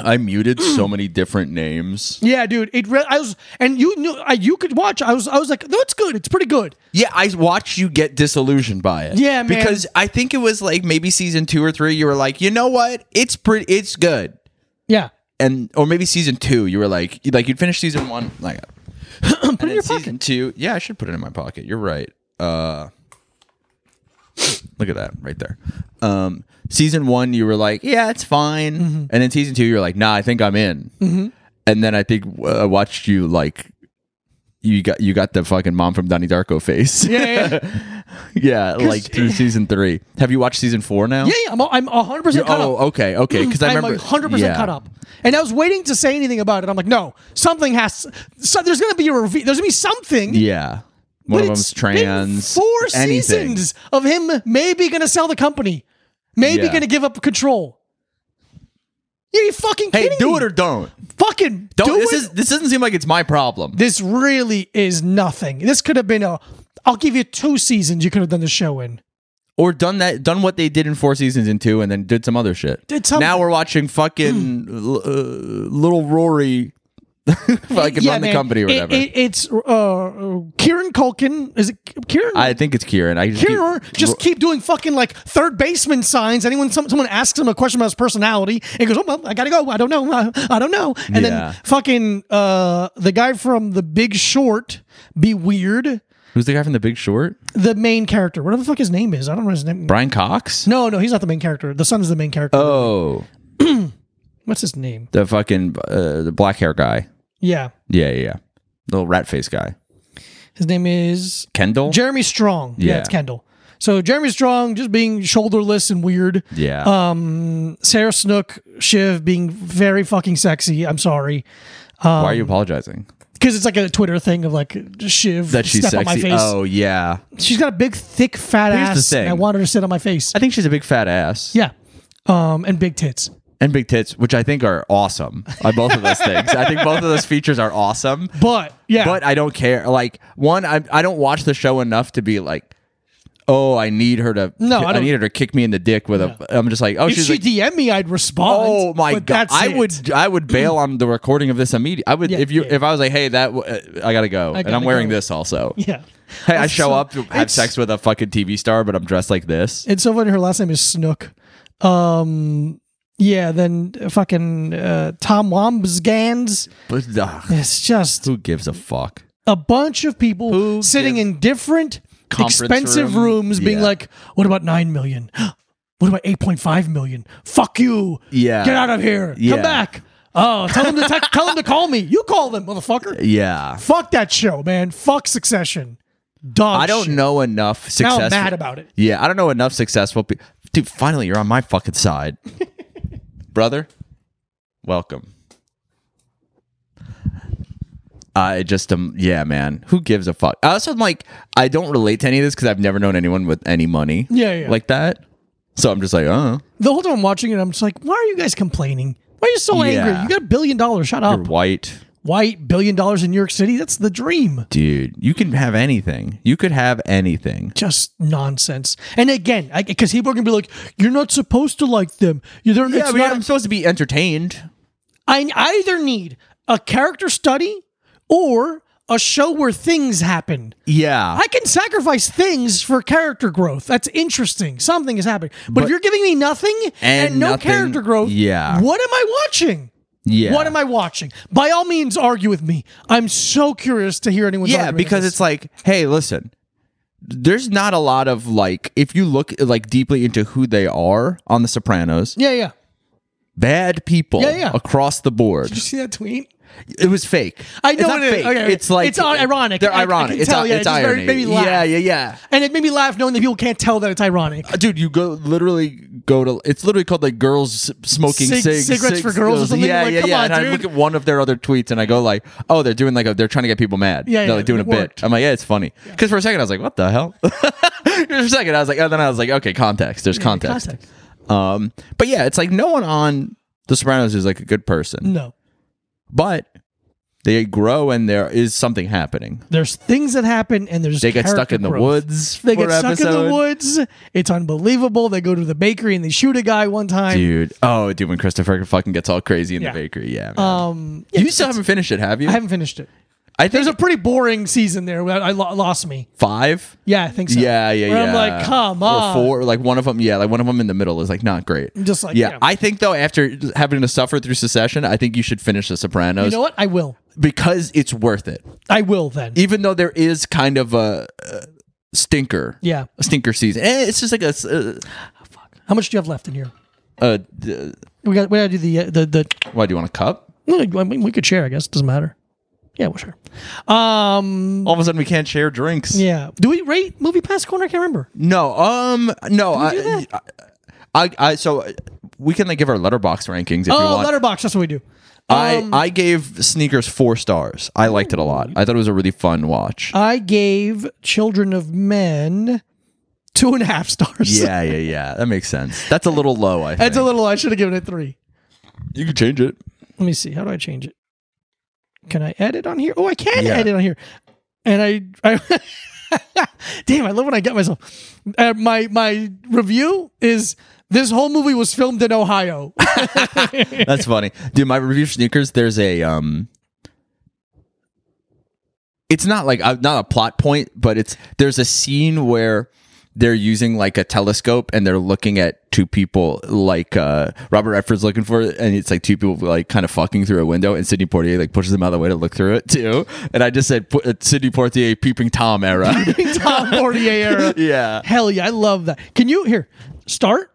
I muted so many different names.
yeah dude it re- i was and you knew I, you could watch i was i was like no it's good it's pretty good
Yeah, I watched you get disillusioned by it.
Yeah, man.
because I think it was like maybe season two or three. You were like, you know what, it's pretty, it's good,
yeah
and or maybe season two. You were like, like you'd finish season one, like
put it in your
And then
pocket
season two. Yeah, I should put it in my pocket. You're right. Uh, look at that right there. Um, season one, you were like, yeah, it's fine.
Mm-hmm.
And then season two, you're like, nah, I think I'm in. And then I think uh, I watched you like. You got you got the fucking mom from Donnie Darko face.
yeah yeah, yeah.
yeah, like through season three. Have you watched season four now?
Yeah, yeah, I'm, I'm 100% caught up.
Oh, okay, okay. Because I
I'm
remember
like 100%
yeah.
cut up. And I was waiting to say anything about it. I'm like, no, something has. So there's going to be a reveal. There's going to be something.
Yeah, one
but
of them's
it's been
trans.
Four
anything.
seasons of him maybe going to sell the company, maybe
Yeah.
going to give up control. Yeah, you fucking
Hey,
kidding
do
me?
it or don't.
fucking
Don't.
do
this
it.
is this doesn't seem like it's my problem.
this really is nothing. This could have been a. I'll give you two seasons. You could have done the show in.
or done that done what they did in four seasons in two and then did some other shit
Did something.
now we're watching fucking l- uh, little rory fucking run the
man.
company or
It-
whatever
it- it's uh, Kieran Culkin. Is it Kieran?
i think it's kieran i just,
Kieran
keep-
just keep doing fucking like third baseman signs. Anyone, some, someone asks him a question about his personality, and he goes, "Oh, well, I gotta go. I don't know. I, I don't know." And
Yeah.
then fucking uh, the guy from The Big Short, be weird.
Who's the guy from The Big Short?
The main character, whatever the fuck his name is, I don't know his name.
Brian Cox?
No, no, he's not the main character. The son's the main character.
Oh,
What's his name?
the fucking uh, the black hair guy.
Yeah,
Yeah, yeah, yeah. Little rat face guy.
his name is
Kendall?
Jeremy Strong. Yeah,
Yeah.
it's Kendall. So Jeremy Strong just being shoulderless and weird.
yeah.
Um, Sarah Snook Shiv being very fucking sexy. I'm sorry.
Why
Um,
are you apologizing?
Because it's like a Twitter thing of like Shiv
That she's
step
sexy.
on my face.
Oh, yeah.
She's got a big, thick, fat
Here's the
ass. And I
thing.
wanted her to sit on my face.
I think she's a big fat ass.
Yeah. Um, and big tits.
and big tits, which I think are awesome. On both of those things, I think both of those features are awesome.
But yeah,
But I don't care. Like one, I I don't watch the show enough to be like, oh, I need her to.
No, I
I,
don't-
need her to kick me in the dick with a. I'm just like, oh,
if
she's
she
like,
DM me, I'd respond.
oh my
but
god,
that's
I
it.
would I would bail on the recording of this immediately. I would
Yeah,
if you
yeah.
if I was like, hey, that w- uh, I gotta go, and
gotta
I'm wearing
go.
this also.
Yeah.
Hey, I
It's
show
so-
up to have
it's-
sex with a fucking TV star, but I'm dressed like this.
It's so funny. Her last name is Snook. Um, yeah. Then fucking uh, Tom Wambsgans.
But ugh,
It's just
who gives a fuck?
a bunch of people
Who
sitting
give-
in different
Conference
expensive
room.
rooms being
Yeah.
like what about 9 million what about 8.5 million fuck you
Yeah.
get out of here
Yeah.
come back oh tell them to te- tell them to call me you call them motherfucker
Yeah.
fuck that show man fuck succession dog
I don't
Oh, shit.
know enough
now
successful.
i'm mad about it
Yeah, I don't know enough successful people. Dude, finally, you're on my fucking side, brother. Welcome. I just um yeah man who gives a fuck I also am like I don't relate to any of this because I've never known anyone with any money
Yeah, yeah.
like that so I'm just like oh
the whole time i'm watching it i'm just like why are you guys complaining why are you so angry
Yeah.
you got a billion dollars shut up
you're white
white billion dollars in new york city that's the dream
dude you can have anything you could have anything
just nonsense. And again, because people are gonna be like, "You're not supposed to like them." You don't.
yeah
it's
but
not,
I'm supposed to be entertained
I either need a character study or a show where things happen.
yeah
I can sacrifice things for character growth. That's interesting. Something is happening. But, if
But-
you're giving me nothing and,
And
no
nothing-
character growth,
yeah.
what am I watching?
yeah
What am I watching? By all means, argue with me. I'm so curious to hear anyone's
yeah
argument
because
on this.
it's like hey listen there's not a lot of like if you look like deeply into who they are on the sopranos
yeah, yeah.
bad people
Yeah, yeah.
across the board
Did you see that tweet?
it was fake
I know
it's
it
not
is.
fake.
Okay, okay.
it's like
It's ironic.
they're
I- I can
ironic it's,
tell,
i-
yeah,
it's
it just very-
irony
made me laugh.
yeah yeah yeah
And it made me laugh knowing that people can't tell that it's ironic.
Uh, Dude, you go literally go to it's literally called like girls smoking
Cig-
cigs,
cigarettes
cigs,
for girls or something.
Yeah,
Like,
yeah,
come
yeah.
on,
and I
dude.
look at one of their other tweets and I go like, oh, they're doing like a, they're trying to get people mad.
Yeah,
they're
yeah,
like doing
it
a bit.
worked.
I'm like, yeah, it's funny. Because for a second I was like, what the hell? for a second I was like, oh, then I was like, okay, context. There's context.
Context.
Um, but yeah, it's like no one on The Sopranos is like a good person,
No.
but they grow and there is something happening.
There's things that happen and there's
They get stuck
character
in the
growth.
woods.
They
for
get stuck in
episode.
the woods. It's unbelievable. They go to the bakery and they shoot a guy one time.
dude. Oh, dude, when Christopher fucking gets all crazy in
Yeah.
the bakery, yeah. man.
Um, yeah,
you still haven't finished it, have you?
I haven't finished it.
I think
There's a pretty boring season there. where I lo- lost me.
five.
Yeah, I think so.
Yeah, yeah,
Where
yeah.
I'm like, come on.
Or four, like one of them. Yeah, like one of them in the middle is like not great.
Just like, yeah.
I think though, after having to suffer through secession, I think you should finish The Sopranos
You know what? I will.
because it's worth it.
I will then.
Even though there is kind of a, uh stinker,
Yeah.
a stinker season. Eh, it's just like a s- uh,
How much do you have left in here?
uh, d-
We got. We got to do the uh, the the.
why do you want a cup?
I mean, we could share. I guess doesn't matter. Yeah, we'll share. Um.
All of a sudden, we can't share drinks.
Yeah. Do we rate movie pass corner? I can't remember.
No, um, no,
do
I, I, I, so uh, we can like give our letterbox rankings if you
Oh,
want.
letterbox. That's what we do.
I, I gave sneakers four stars. I liked it a lot. I thought it was a really fun watch.
I gave Children of Men two and a half stars.
yeah, yeah, yeah. That makes sense. That's a little low. I.
That's a
think.
little, I should have given it three.
you can change it.
Let me see. How do I change it? Can I edit on here? Oh, I can
Yeah.
edit on here. And I, I damn, I love when I get myself. Uh, my my review is this whole movie was filmed in Ohio.
That's funny, dude. My review of sneakers. There's a um. It's not like uh, not a plot point, but it's there's a scene where they're using like a telescope and they're looking at two people like uh, Robert Redford's looking for it, and it's like two people like kind of fucking through a window, and Sidney Portier like pushes them out of the way to look through it too. And I just said P- uh, Sidney Portier peeping Tom era.
Tom Portier era.
yeah,
Hell yeah, I love that. Can you here start?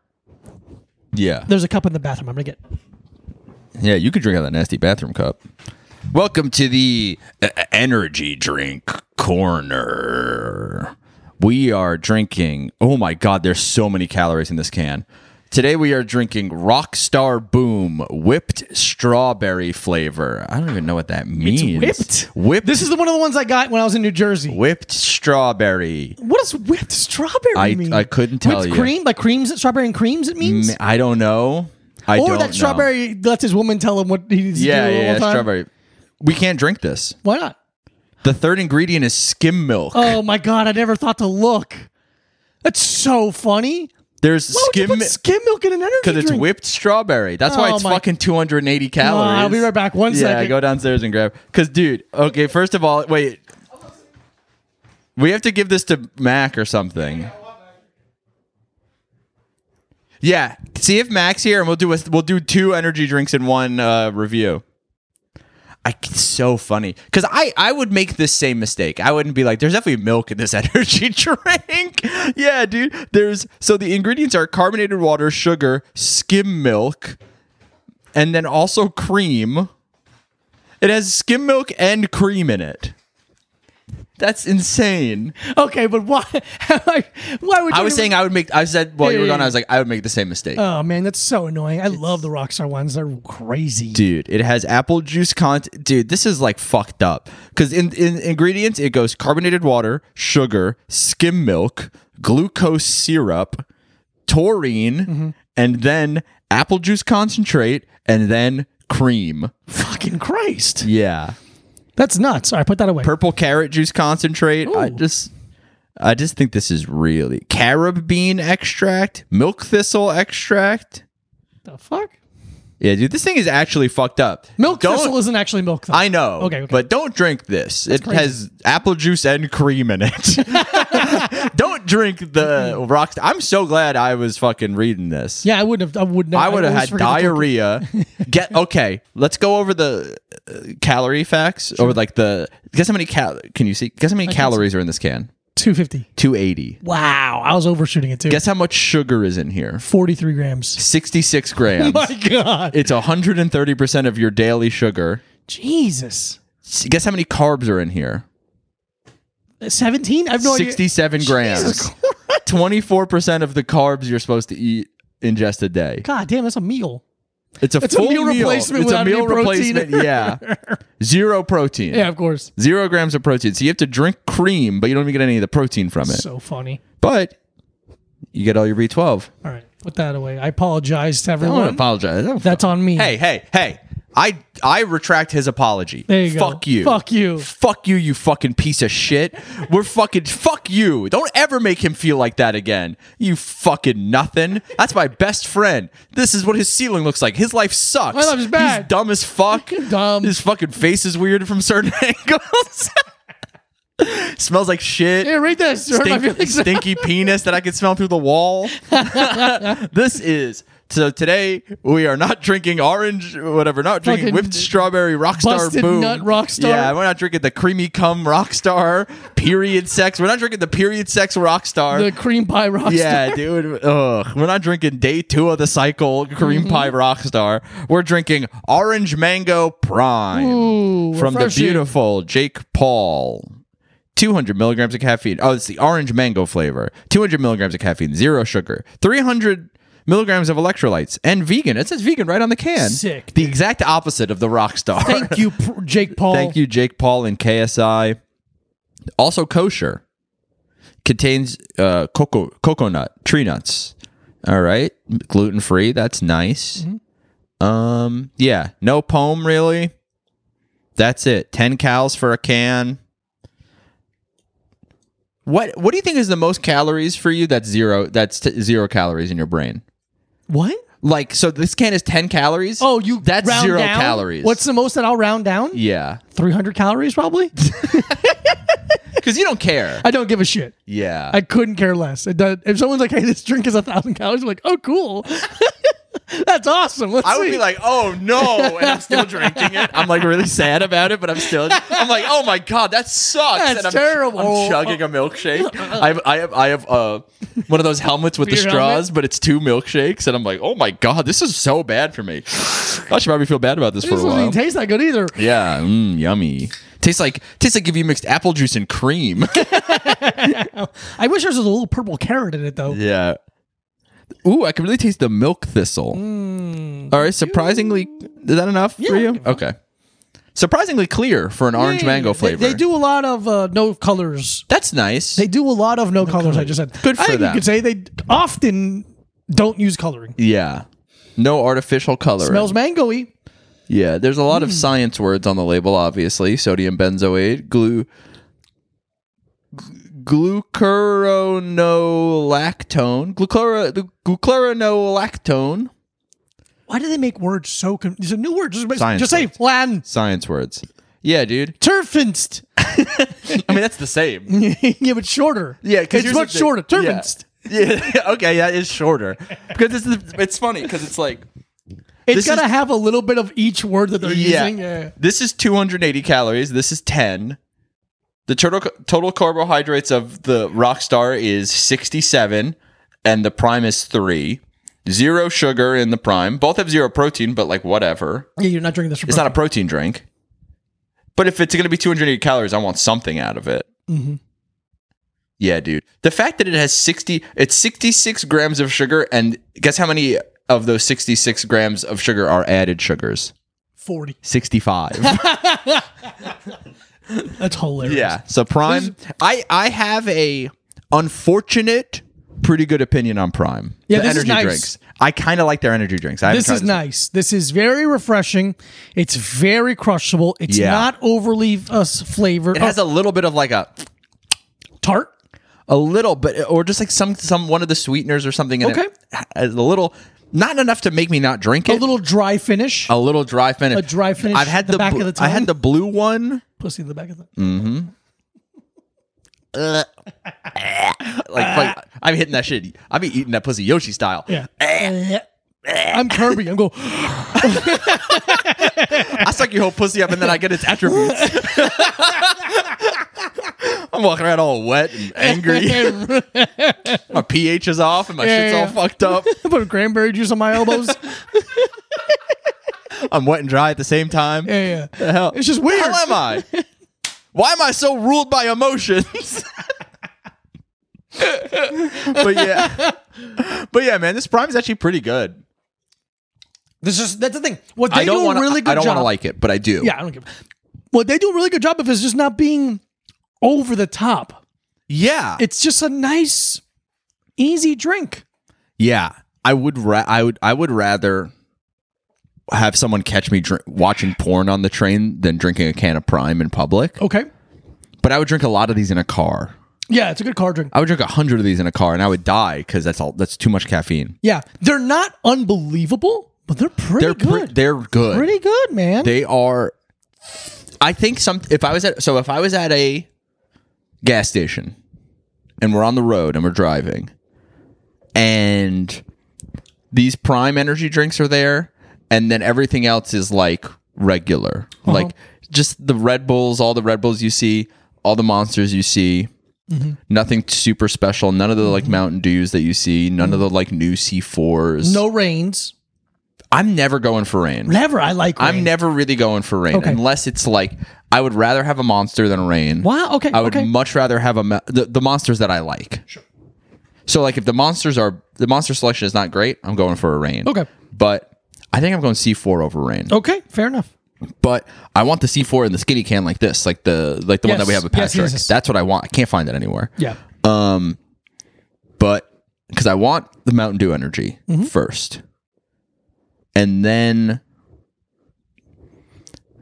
yeah,
There's a cup in the bathroom. I'm gonna get.
yeah. You could drink out of that nasty bathroom cup. Welcome to the uh, energy drink corner. We are drinking. Oh my god, there's so many calories in this can. Today we are drinking Rockstar Boom whipped strawberry flavor. I don't even know what that means.
whipped?
Whipped.
This is the one of the ones I got when I was in New Jersey.
whipped strawberry.
What does whipped strawberry
I-
mean?
I couldn't tell
whipped
you.
cream, like creams, strawberry and creams. It means,
I don't know. I
or
don't
Oh, that
know.
strawberry lets his woman tell him what he needs
Yeah,
to do
yeah,
all
yeah
the time.
strawberry. We can't drink this.
Why not?
The third ingredient is skim milk.
Oh my god, I never thought to look. That's so funny.
There's
Why would you
skim
put skim milk in an energy
because it's
drink?
whipped strawberry. That's why
Oh
it's
my-
fucking 280 calories.
I'll be right back. One
One second. yeah,
second.
go downstairs and grab. Because, dude, okay, first of all, wait. We have to give this to Mac or something. Yeah, see if Mac's here, and we'll do a, we'll do two energy drinks in one uh, review. I, it's so funny because I I would make this same mistake. I wouldn't be like, "There's definitely milk in this energy drink." yeah, dude. There's so the ingredients are carbonated water, sugar, skim milk, and then also cream. It has skim milk and cream in it. That's insane.
Okay, but why? why would you
I was
do-
saying I would make. I said while you were
Yeah, yeah,
gone, I
yeah.
was like, I would make the same mistake.
Oh man, that's so annoying. I love the Rockstar ones. They're crazy.
dude it has apple juice content dude this is like fucked up because in, in ingredients it goes carbonated water sugar skim milk glucose syrup taurine and then apple juice concentrate and then cream
Fucking Christ.
yeah
That's nuts. All right, put that away.
purple carrot juice concentrate i
Ooh.
just i just think this is really carob bean extract milk thistle extract
the fuck?
yeah dude this thing is actually fucked up
Milk
Don't-
thistle isn't actually milk. Though.
I know.
Okay, okay.
But don't drink this. it
crazy.
has apple juice and cream in it. don't drink the rock. I'm so glad I was fucking reading this.
Yeah, I wouldn't have. I would not.
I would have
always
had
forget to drink
diarrhea. Get okay. Let's go over the uh, calorie facts or like the guess how many cal can you see? Guess how many calories are in this can?
it. 250.
280.
Wow, I was overshooting it too.
Guess how much sugar is in here?
43 grams. Oh,
66 grams.
My God.
it's 130% of your daily sugar.
Jesus.
S- Guess how many carbs are in here?
17? I have no idea.
67 grams.
Jesus Christ.
24% of the carbs you're supposed to eat ingest a day.
God damn, that's a meal.
It's a
It's a
full
meal replacement
It's a
without any
meal
protein.
replacement. Yeah. Zero protein.
Yeah, of course.
Zero grams of protein. So you have to drink cream, but you don't even get any of the protein from it.
So funny.
But you get all your B12.
All right, put that away. I apologize to
I don't
everyone.
apologize. I don't-
That's on me.
hey, hey, hey. I I retract his apology.
There you go.
fuck you.
Fuck you.
Fuck you, you fucking piece of shit. We're fucking fuck you. Don't ever make him feel like that again. You fucking nothing. That's my best friend. This is what his ceiling looks like. His life sucks.
My life is
He's
bad.
dumb as fuck.
Dumb.
His fucking face is weird from certain angles. Smells like shit.
Yeah, read this. You hurt my
Stink-
feelings.
stinky penis that I could smell through the wall. this is so today we are not drinking orange whatever, not drinking
Fucking
whipped strawberry rockstar
busted
boom.
nut Rockstar.
Yeah, we're not drinking the creamy cum rockstar period sex. We're not drinking the period sex rockstar.
The cream pie rockstar.
yeah, dude. Ugh. We're not drinking day two of the cycle cream
Mm-hmm.
pie rockstar. We're drinking orange mango prime
Ooh,
from the
refreshing.
beautiful Jake Paul. 200 milligrams of caffeine. Oh, it's the orange mango flavor. 200 milligrams of caffeine, zero sugar. 300 milligrams of electrolytes and vegan. It says vegan right on the can.
Sick,
The exact opposite of the rock star.
Thank you, Pr- Jake Paul.
Thank you, Jake Paul and KSI. Also kosher. Contains uh, coco- coconut, tree nuts. All right. Gluten free. That's nice.
Mm-hmm.
Um, yeah. No poem, really. That's it. 10 cals for a can. What What do you think is the most calories for you? That's zero. That's t- zero calories in your brain.
What?
Like, so this can is 10 calories.
Oh, you
That's
round
zero
down?
calories.
What's the most that I'll round down?
yeah.
300 calories, probably.
because you don't care.
I don't give a shit.
yeah.
I couldn't care less. It does, if someone's like, "Hey, this drink is a thousand calories," I'm like, "Oh, cool, that's awesome." Let's
I would
see."
be like, oh no, and I'm still drinking it. I'm like really sad about it, but I'm still. I'm like, oh my god, that sucks.
That's
and I'm,
terrible.
I'm chugging a milkshake. I have, I have, I have uh, one of those helmets with the
Beer
straws,
helmet?
but it's two milkshakes, and I'm like, oh my god, this is so bad for me. I should probably feel bad about this,
"This
for a
doesn't even
while.
taste that good either."
yeah, mm, yummy. Tastes like tastes like if you mixed apple juice and cream.
I wish there was a little purple carrot in it though.
yeah. Ooh, I can really taste the milk thistle.
Mm,
All right, surprisingly, is that enough for you? Okay. Surprisingly clear for an orange
Hey,
mango
they-
flavor.
They, do a lot of uh, no colors.
That's nice.
They do a lot of no, colors, I just said.
Good
I
for
think
them.
You could say they often don't use coloring.
yeah. No artificial color.
Smells Mm. mangoey.
Yeah, there's a lot of science words on the label, obviously. Sodium benzoate, glu gl- glucuronolactone, glucura, glucuronolactone.
Why do they make words so? Con- These are new words. Just,
Science
just say flan
Science words. Yeah, dude.
turfinst.
I mean, that's the same.
yeah, but shorter.
Yeah,
it's
here's the
much
thing.
shorter.
Yeah.
Turfinst.
Yeah. Okay, that is shorter because it's the, it's funny because it's like
It's
This is-
gotta have a little bit of each word that they're
yeah.
using. uh, Yeah.
This is 280 calories. This is 10. The total total carbohydrates of the Rockstar is 67 and the Prime is 3. Zero sugar in the Prime. Both have zero protein, but like whatever.
yeah, you're not drinking this. For
It's not a protein drink. But if it's going to be 280 calories, I want something out of it.
Mhm.
Yeah, dude. The fact that it has 60 it's 66 grams of sugar and guess how many of those 66 grams of sugar are added sugars?
forty.
65.
That's hilarious.
Yeah. So Prime, I I have a unfortunate, pretty good opinion on Prime.
Yeah,
the
this is
energy
nice.
drinks. I kind of like their energy drinks. I haven't
This
tried
is nice. This is very refreshing. It's very crushable. It's
Yeah.
not overly uh, s- flavored.
It has a little bit of like a
Oh, tart.
a little, but or just like some some one of the sweeteners or something. In
Okay.
It, a little, not enough to make me not drink it. Oh.
A little dry finish.
A little dry finish. A
dry finish
I've had
the
the,
back
bl-
of the
I
tongue.
had the blue one.
Pussy in the back of the.
Mm. Like, like I'm hitting that shit. I be eating that pussy Yoshi style.
Ah. Yeah.
Eh.
Eh. I'm Kirby. I'm going.
I suck your whole pussy up and then I get its attributes. I'm walking around all wet and angry.
I
My pH is off and my
Yeah,
shit's
yeah,
all
yeah.
fucked up.
put cranberry juice on my elbows.
I'm wet and dry at the same time.
Yeah, yeah.
The hell?
It's just weird.
How am I? Why am I so ruled by emotions? but yeah. But yeah, man, this prime is actually pretty good.
This is that's the thing. What they
I don't
do
want
a really good
I don't
job.
want to like it, but I do.
yeah, I don't give. What they do a really good job of is just not being over the top.
Yeah.
it's just a nice, easy drink.
Yeah, I would. Ra- I would. I would rather have someone catch me drink watching porn on the train than drinking a can of Prime in public.
Okay.
But I would drink a lot of these in a car.
Yeah, it's a good car drink.
I would drink a hundred of these in a car, and I would die because that's all. That's too much caffeine.
Yeah, they're not unbelievable, but they're pretty
They're pre-
good.
they're good.
pretty good, man.
They are. I think some. If I was at so if I was at a gas station, and we're on the road and we're driving, and these prime energy drinks are there, and then everything else is like regular, like just the Red Bulls, all the Red Bulls you see, all the monsters you see. Nothing super special. None of the like Mountain Dews that you see. None of the like new C4s.
no rains.
I'm never going for rain.
Never. I like. Rain.
I'm never really going for rain
Okay.
unless it's like I would rather have a monster than rain.
Wow. Okay.
I would
okay.
much rather have a ma- the, the monsters that I like. Sure. So like if the monsters are the monster selection is not great, I'm going for a rain.
Okay. Oh.
But I think I'm going C4 over rain.
okay. Fair enough.
But I want the C4 in the skinny can like this, like the like the one
Yes.
that we have with
Yes,
Patrick.
yes, yes.
That's what I want. I can't find it anywhere.
Yeah.
But because I want the Mountain Dew energy
Mm-hmm.
first, and then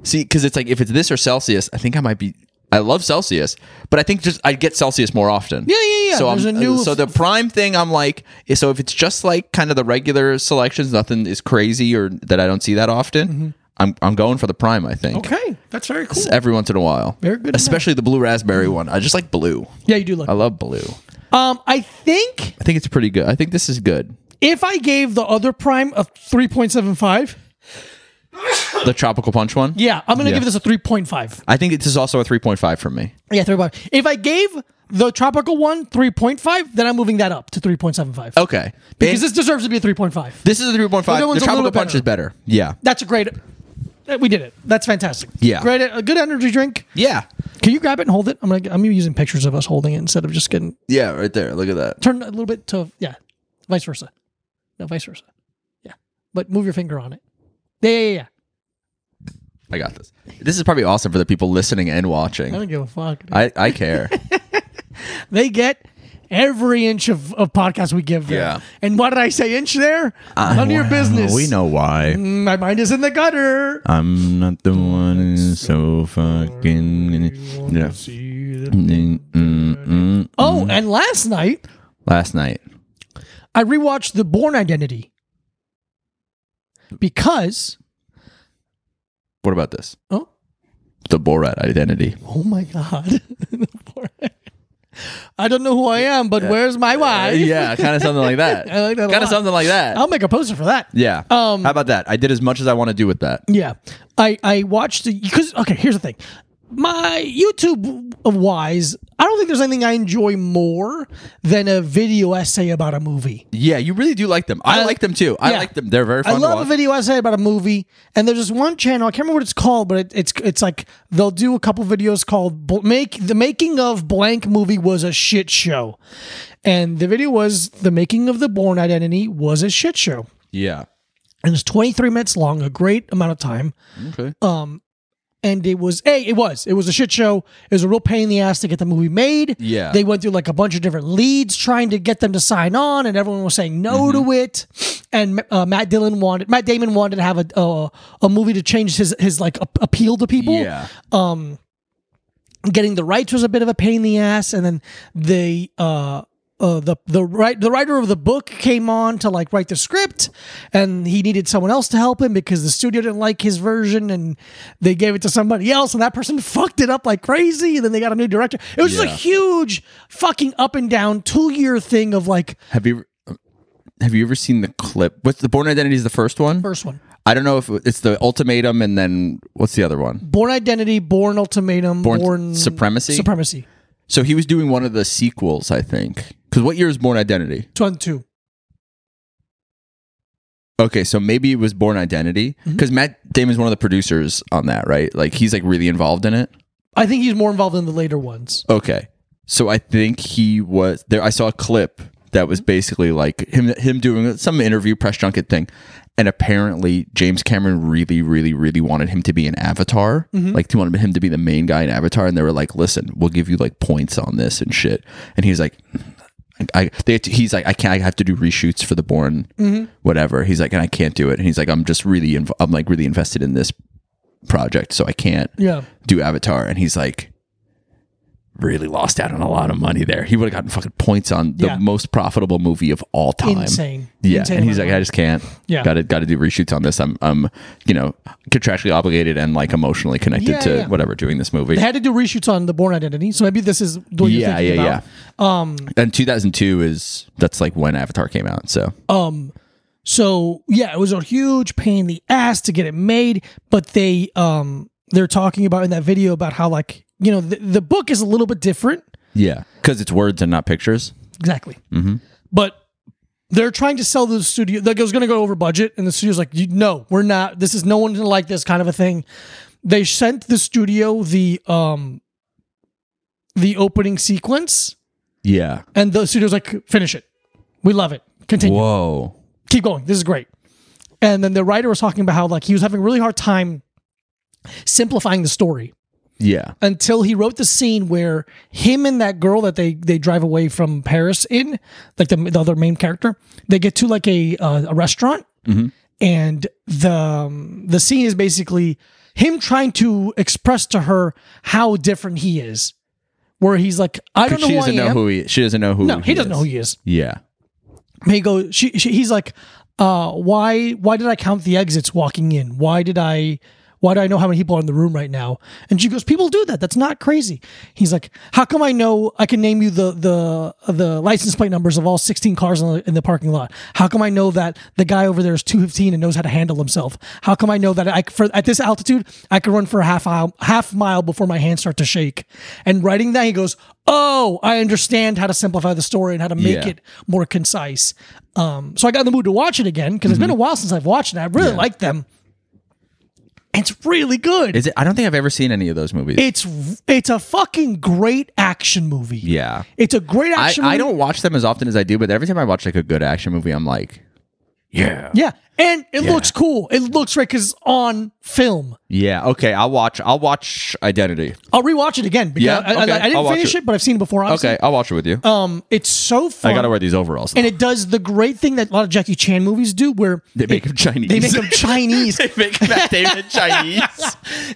see, because it's like if it's this or Celsius, I think I might be. I love Celsius, but I think just I get Celsius more often.
Yeah, yeah, yeah.
So
There's
I'm,
a new-
so the prime thing I'm like, so if it's just like kind of the regular selections, nothing is crazy or that I don't see that often. I'm I'm going for the prime. I think
Mm-hmm. Okay, that's very cool.
It's every once in a while,
Very good to know.
Especially the blue raspberry one. I just like blue.
Yeah, you do look.
I love blue.
Um, I think
I think it's pretty good. I think this is good.
if I gave the other prime a three point seven five,
The tropical punch one.
yeah, I'm gonna
Yeah.
give this a three point five.
I think this is also a 3.5 from me.
Yeah, three point five. If I gave the tropical one three point five, then I'm moving that up to three point seven five.
Okay.
because
And
this deserves to be a three point five.
this is a 3.5.
other
The
one's a
tropical
little
punch
better.
is better. Yeah.
That's a great. uh, We did it. That's fantastic.
Yeah.
great. A good energy drink.
Yeah.
Can you grab it and hold it? I'm gonna. I'm using pictures of us holding it instead of just getting
Yeah, right there. Look at that.
turn a little bit to yeah, vice versa. No, vice versa. Yeah, but move your finger on it. Yeah, yeah, yeah. yeah.
I got this. This is probably awesome for the people listening and
I
watching.
don't give a fuck. dude.
I, I care.
they get every inch of, of podcast we give them.
Yeah.
And what did I say? Inch there? None of your
Wow,
business. Mm,
We know why.
My mind is in the gutter.
I'm not the one who's so fucking. Um, Yeah. Mm, mm, mm.
Oh, and last night
Last night.
I rewatched The Born Identity because
What about this?
oh
The Borat identity.
oh my god. The Borat. I don't know who I am, but where's my wife?
Uh, yeah, kind of something like that.
I like that a
Kind of
lot.
something like that.
I'll make a poster for that.
yeah.
Um,
How about that? I did as much as I want to do with that.
Yeah, I I watched because okay. Here's the thing, my YouTube wise, I don't think there's anything I enjoy more than a video essay about a movie.
Yeah, you really do like them. I,
I-
like them too. I
yeah.
like them. They're very fun
I
to
love a
watch.
video essay about a movie, and there's this one channel I can't remember what it's called, but it, it's it's like they'll do a couple videos called Bl- "Make the Making of Blank Movie Was a Shit Show," and the video was the making of the Born Identity was a shit show,
Yeah.
and it's 23 minutes long, a great amount of time.
Okay.
Uh, oh. and it was a it was it was a shit show it was a real pain in the ass to get the movie made
Yeah.
they went through like a bunch of different leads trying to get them to sign on and everyone was saying no
Mm-hmm.
to it and uh, matt dillon wanted matt damon wanted to have a uh, a movie to change his his like a- appeal to people
yeah.
getting the rights was a bit of a pain in the ass and then the uh uh, the the right the writer of the book came on to like write the script, and he needed someone else to help him because the studio didn't like his version, and they gave it to somebody else, and that person fucked it up like crazy. And then they got a new director. It was
Yeah.
just a huge fucking up and down two year thing of like
Have you have you ever seen the clip? What's the Born Identity is the first one?
first one,
I don't know if it's the ultimatum and then what's the other one?
born identity, born ultimatum, born,
Born Supremacy?
supremacy,
So he was doing one of the sequels, I think. Because what year is Born Identity?
two and two.
Okay, so maybe it was Born Identity
Mm-hmm.
because Matt Damon's one of the producers on that, right? Like he's like really involved in it.
I think he's more involved in the later ones.
Okay, so I think he was there. I saw a clip that was basically like him him doing some interview press junket thing, and apparently James Cameron really, really, really wanted him to be an Avatar. Like he wanted him to be the main guy in Avatar, and they were like, "Listen, we'll give you like points on this and shit," and he's like. I they had to, he's like I can't I have to do reshoots for the born whatever he's like and I can't do it and he's like I'm just really inv- I'm like really invested in this project so I can't
Yeah,
do Avatar, and he's like really lost out on a lot of money there. He would have gotten fucking points on the
Yeah.
most profitable movie of all time.
insane.
Yeah,
Insane
and he's
amount
like,
of
I just can't.
Yeah.
got to got to do reshoots on this. I'm I'm you know contractually obligated and like emotionally connected
Yeah,
to
yeah.
whatever doing this movie.
They had to do reshoots on the Born Identity, so maybe this is what you're
Yeah,
thinking
yeah,
about. Um,
And 2002 is that's like when Avatar came out. So
Oh. So yeah, it was a huge pain in the ass to get it made, but they um they're talking about in that video about how like you know the, the book is a little bit different
yeah, because it's words and not pictures.
exactly,
Mm-hmm.
but they're trying to sell the studio like it was going to go over budget, and the studio's like, you, no, we're not. This is no one's going to like this kind of a thing. They sent the studio the um the opening sequence,
Yeah.
and the studio's like, finish it. We love it. Continue.
Whoa.
keep going. This is great. And then the writer was talking about how like he was having a really hard time simplifying the story
Yeah.
until he wrote the scene where him and that girl that they they drive away from Paris in, like the, the other main character, they get to like a uh, a restaurant,
Mm-hmm.
and the um, the scene is basically him trying to express to her how different he is, where he's like, I don't know
She
who I
doesn't know
am.
who he. She doesn't know who.
no, he, doesn't know who he is.
Yeah.
He goes, she, she, he's like, uh, why, why did I count the exits walking in? Why did I, why do I know how many people are in the room right now? And she goes, people do that. That's not crazy. He's like, how come I know I can name you the, the, the license plate numbers of all 16 cars in the, in the parking lot? How come I know that the guy over there is 215 and knows how to handle himself? How come I know that I, for, at this altitude, I can run for a half mile, half mile before my hands start to shake? And writing that, he goes, oh, I understand how to simplify the story and how to make
Yeah.
it more concise. Um, so I got in the mood to watch it again because it's
Mm-hmm.
been a while since I've watched it. I really like them. It's really good.
Is it? I don't think I've ever seen any of those movies.
It's it's a fucking great action movie.
yeah.
It's a great
I,
action movie.
I don't watch them as often as I do, but every time I watch like a good action movie, I'm like, yeah,
Yeah. And it looks cool. It looks right because it's on film.
yeah, okay. I'll watch. I'll watch Identity.
I'll rewatch it again because
Yeah,
I- I,
okay,
I didn't
I'll watch
finish it.
it.
but I've seen it before. Obviously.
Okay, I'll watch it with you.
Um, it's so fun.
I gotta wear these overalls.
and it does the great thing that a lot of Jackie Chan movies do where
they make them Chinese.
they make them Chinese.
they make Matt Damon Chinese.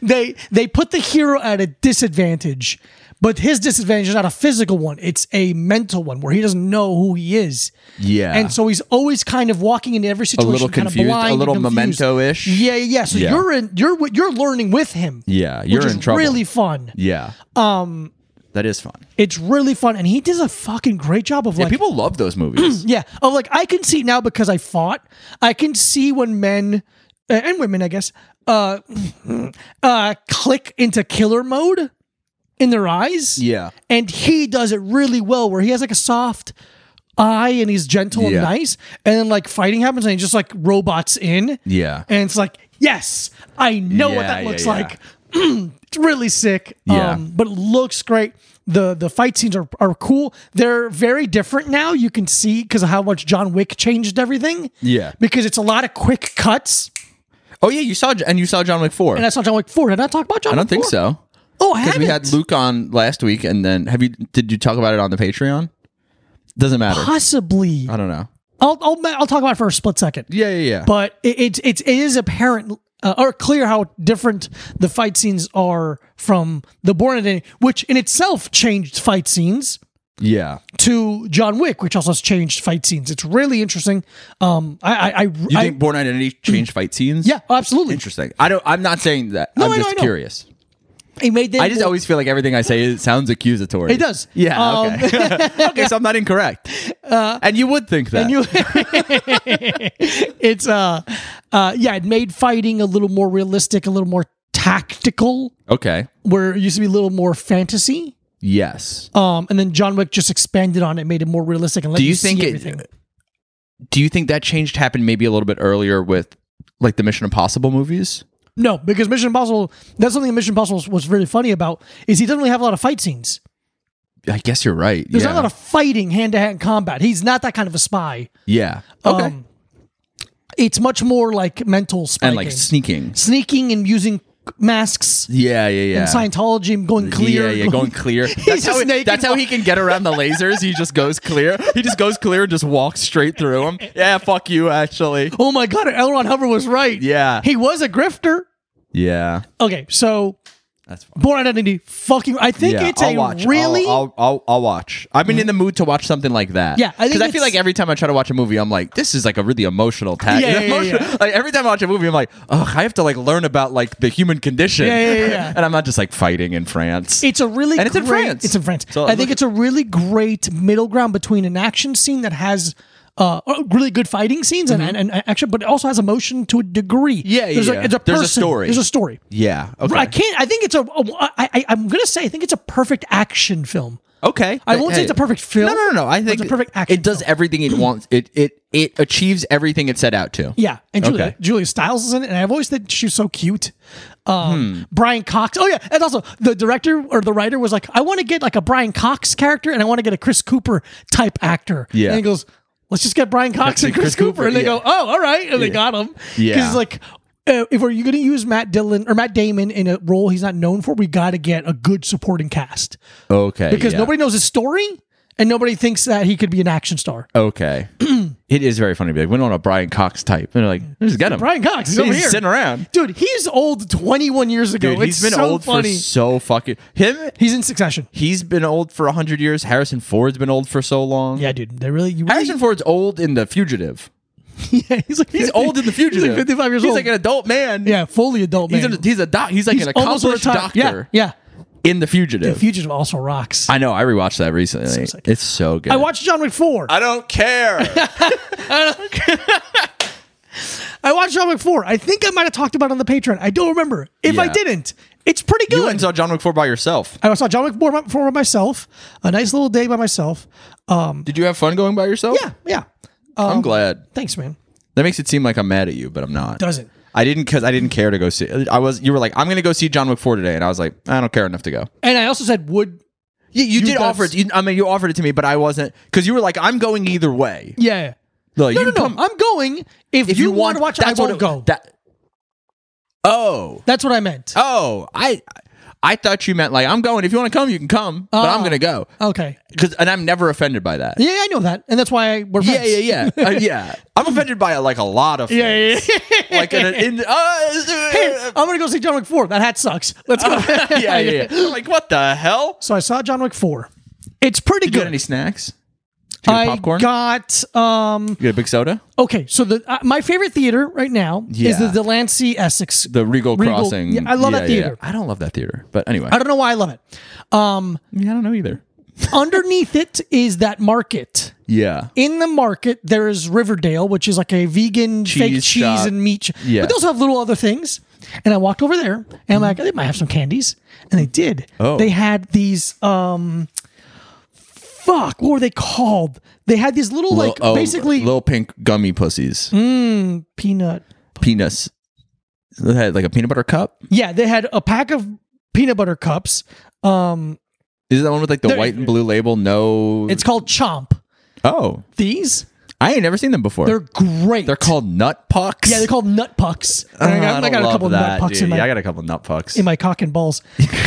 they they put the hero at a disadvantage but his disadvantage is not a physical one it's a mental one where he doesn't know who he is
Yeah.
and so he's always kind of walking into every situation
little
kind
confused, a
of blind and
little
confused.
memento-ish.
yeah yeah yeah. so
Yeah.
you're in you're you're learning with him
Yeah, you're
which
in
is
trouble.
really fun
yeah. Um, that is fun.
it's really fun and he does a fucking great job of like
People love those movies.
yeah. Oh, like I can see now because I fought. I can see when men uh, and women, I guess, uh, uh, click into killer mode in their eyes.
Yeah.
And he does it really well, where he has like a soft eye and he's gentle and
Yeah.
nice, and then like fighting happens and he just like robots in.
Yeah.
And it's like, yes, I know what
Yeah,
that
yeah,
looks
yeah.
like. it's really sick. Um,
Yeah.
but it looks great. The the fight scenes are, are cool. They're very different now. You can see because of how much John Wick changed everything.
Yeah.
Because it's a lot of quick cuts.
Oh yeah, you saw and you saw John Wick four.
And
I
that's not John Wick 4. Did I not talk about John Wick
don't think so.
Oh, I
Because
haven't.
we had Luke on last week, and then have you? Did you talk about it on the Patreon? Doesn't matter.
Possibly.
I don't know.
I'll, I'll, I'll talk about it for a split second.
Yeah, yeah, yeah.
but it, it, it, it is apparent uh, or clear how different the fight scenes are from the Born Identity, which in itself changed fight scenes
yeah.
to John Wick, which also has changed fight scenes. It's really interesting. Um, I, I, I,
You
I-
think Born Identity changed fight scenes?
yeah, oh, absolutely.
Interesting. I don't. I'm not saying that.
No,
I'm
I know,
just
I know.
curious.
It made them
I just
more-
always feel like everything I say is, sounds accusatory.
It does.
Yeah.
Um, Uh,
Okay. okay. So I'm not incorrect. and you would think that.
You- it's uh, uh, yeah, it made fighting a little more realistic, a little more tactical,
okay.
where it used to be a little more fantasy.
Yes.
Um, and then John Wick just expanded on it, made it more realistic. And let
Do you
see
think it-
everything.
Do you think that change happened maybe a little bit earlier with like the Mission Impossible movies?
No, because Mission Impossible. That's something that Mission Impossible was- was really funny about is he doesn't really have a lot of fight scenes.
I guess you're right.
There's
yeah.
not a lot of fighting, hand to hand combat. He's not that kind of a spy.
yeah. Okay.
Um, it's much more like mental spiking,
and like sneaking.
sneaking and using masks
Yeah, yeah, yeah.
and Scientology and going clear.
Yeah, yeah, going clear. That's
He's
how
just
it-
naked
That's how he can get around the lasers. He just goes clear. He just goes clear and just walks straight through them. Yeah, fuck you, actually.
Oh my God, L. Ron Hubbard was right.
Yeah.
he was a grifter.
Yeah.
Okay, so
That's fine.
Born Identity, fucking. I think
yeah,
it's
I'll
a
watch.
really.
I'll, I'll, I'll, I'll watch. I've been in the mood to watch something like that.
Yeah, I think
because I feel
it's-
like every time I try to watch a movie, I'm like, this is like a really emotional tag.
Yeah, yeah, yeah, yeah.
Like every time I watch a movie, I'm like, oh, I have to like learn about like the human condition.
Yeah, yeah, yeah, yeah.
and I'm not just like fighting in France.
It's a really
And it's in
great-
France.
It's in France.
So
I
look-
think it's a really great middle ground between an action scene that has uh, uh, really good fighting scenes and, and, and action, but it also has emotion to a degree.
Mm-hmm. Yeah, yeah,
there's
yeah.
A, it's a
There's a
person.
story.
There's a story.
yeah. Okay.
I can't. I think it's a. a I, I, I'm gonna say I think it's a perfect action film.
Okay.
I won't say it's a perfect film.
No, no, no, no. I
but
think
it's a perfect action.
It does
film.
everything it wants. It it it achieves everything it set out to.
Yeah, and Julia,
Okay.
Julia Stiles is in it, and I've always thought she's so cute. Um, Brian Cox. Oh yeah, and also the director or the writer was like, I want to get like a Brian Cox character, and I want to get a Chris Cooper type actor.
Yeah.
and he goes, let's just get Brian Cox and Chris, Cooper, and they
yeah.
go, oh, all right, and they got him.
Yeah.
because like. Uh, if we're you going to use Matt Dillon or Matt Damon in a role he's not known for, we got to get a good supporting cast
Okay.
because
yeah.
nobody knows his story and nobody thinks that he could be an action star.
Okay. It is very funny. to Be like, we don't know Brian Cox type. And they're like, we just got him.
Brian Cox, he's
He's
over here.
sitting around.
Dude, he's old 21 years ago.
Dude,
it's
he's been
so
old
funny.
for so fucking him.
he's in Succession.
He's been old for hundred years. Harrison Ford's been old for so long.
Yeah, dude. They really. You really
Harrison Ford's old in The Fugitive.
yeah, he's like
He's old in The Fugitive.
He's like 55 years
He's
old.
like an adult man.
yeah, fully adult man.
He's, a, he's a doc. He's like
He's
an
almost
accomplished
retired.
doctor
Yeah, yeah.
in The Fugitive.
Fugitive also rocks. I,
I know. I rewatched that recently.
sick.
it's so good.
watched John Wick 4. I,
I don't care.
watched John Wick 4. I think I might have talked about it on the Patreon. I don't remember. If I
Yeah.
didn't, it's pretty
you
good.
went and saw John Wick 4 by yourself.
I saw John Wick 4 by, 4 by myself. A nice little day by myself.
Did you have fun going by yourself?
Yeah, yeah.
I'm glad.
Thanks, man.
That makes it seem like I'm mad at you, but I'm not.
Doesn't.
I didn't because I didn't care to go see. I was. You were like, I'm going to go see John Wick 4 today, and I was like, I don't care enough to go.
And I also said, would.
You, you, did
got-
offer it. You, I mean, you offered it to me, but I wasn't because you were like, I'm going either way.
Yeah.
Like,
No,
you
no, no.
come-
I'm going. If,
if
you,
you
want to watch it, I
that's what
won't go.
That, oh,
that's what I meant.
oh, I, I thought you meant like I'm going. If you want to come, you can come, but I'm
Ah.
gonna go.
okay.
Cause, and I'm never offended by that.
Yeah, I know that. And that's why I, we're
Yeah,
friends.
yeah, yeah, Uh, yeah. I'm offended by like a lot of things.
Yeah, yeah, yeah.
Like an, in, uh,
Hey, I'm gonna go see John Wick four. That hat sucks. Let's go.
yeah, yeah, yeah. I'm like what the hell?
So I saw John Wick four. It's pretty
Did you
good.
get any snacks? Did you get
I
popcorn?
got um
you get a big soda?
okay. So the uh, my favorite theater right now is the
Yeah.
Delancey Essex.
The Regal,
Regal-
Crossing.
Yeah, I love that theater.
I don't love that theater, but anyway,
I
I
don't know why I love it. Um,
don't, I don't know either.
underneath it is that market.
Yeah,
In the market, there is Riverdale, which is like a vegan fake
Cheese
cheese
shop.
and meat. sh-
Yeah.
But they also have little other things. And I walked over there and I'm like, they might have some candies. And they did.
Oh.
They had these, um, fuck, what were they called? They had these little, like,
Lil- oh,
basically Hmm?
little pink gummy pussies,
peanut.
peanuts. They had like a peanut butter cup.
Yeah, they had a pack of peanut butter cups. Um,
Is that one with like the
They're-
white and blue label? No.
it's called Chomp.
oh,
These,
I ain't never seen them before.
they're
They're,
great.
called Oh, nut pucks.
yeah, they're called nut pucks. And I got, I got a couple nut pucks in my
Yeah, I got a couple nut pucks.
in my cock and balls.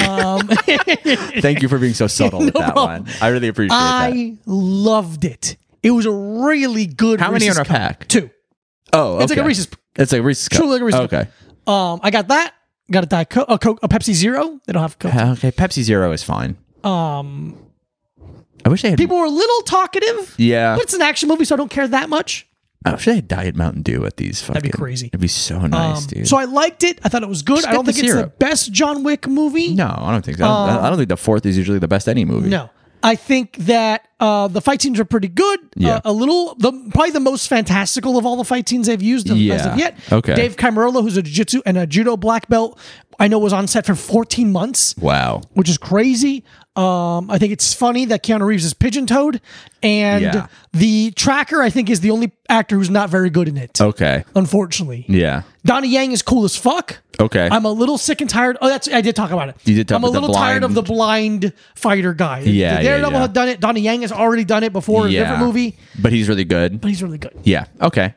Um,
Thank you for being so subtle with that
problem.
one. I really appreciate that.
I loved it. It was a really good.
How many
Reese's
in our
cup.
pack?
Two.
Oh,
It's like a
okay.
Reese's-
It's like a Reese's. cup.
Truly like a Reese's cup.
Okay.
Um, I got that. Got a Diet Coke, a Coke, a Pepsi Zero. They don't have Coke.
Okay. Pepsi Zero is fine.
Um,
I wish they had.
people were a little talkative.
yeah.
but it's an action movie, so I don't care that much.
I wish they had Diet Mountain Dew at these. Fucking,
be crazy. Um,
It'd be so nice, dude.
So I liked it. I thought it was good. I
get
don't
the
think it's the
syrup.
best John Wick movie.
no, I don't think so. I, don't, I don't think the fourth is usually the best any movie.
um, No. I think that uh, the fight scenes are pretty good.
Yeah.
Uh, a little, the, probably the most fantastical of all the fight scenes they've used
Yeah.
as of yet.
Okay.
Dave Camarolo, who's a jiu-jitsu and a judo black belt, I know was on set for 14 months,
Wow.
which is crazy. Um, I think it's funny that Keanu Reeves is pigeon-toed. And
Yeah.
the tracker, I think, is the only actor who's not very good in it,
Okay.
unfortunately.
Yeah.
Donnie Yang is cool as fuck.
Okay.
I'm a little sick and tired. Oh, that's I did talk about it.
You did talk
I'm a
about the
little tired of the blind fighter guy.
Yeah,
The
yeah,
Daredevil
yeah.
had done it. Donnie Yang has already done it before in a different movie,
But he's really good.
but he's really good.
Yeah. Okay.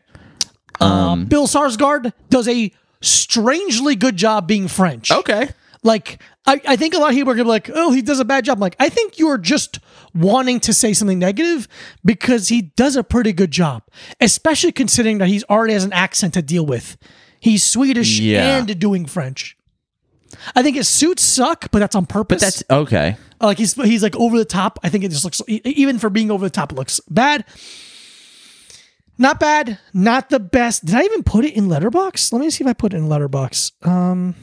Uh,
Mm-hmm.
Bill Sarsgaard does a strangely good job being French.
Okay.
Like I, I think a lot of people are gonna be like, oh, he does a bad job. I'm like I think you're just wanting to say something negative because he does a pretty good job, especially considering that he's already has an accent to deal with. He's Swedish
Yeah.
and doing French. I think his suits suck, but that's on purpose.
That's okay.
Uh, like he's he's like over the top. I think it just looks e- even for being over the top, it looks bad. Not bad, not the best. Did I even put it in Letterbox? Let me see if I put it in Letterbox. Um,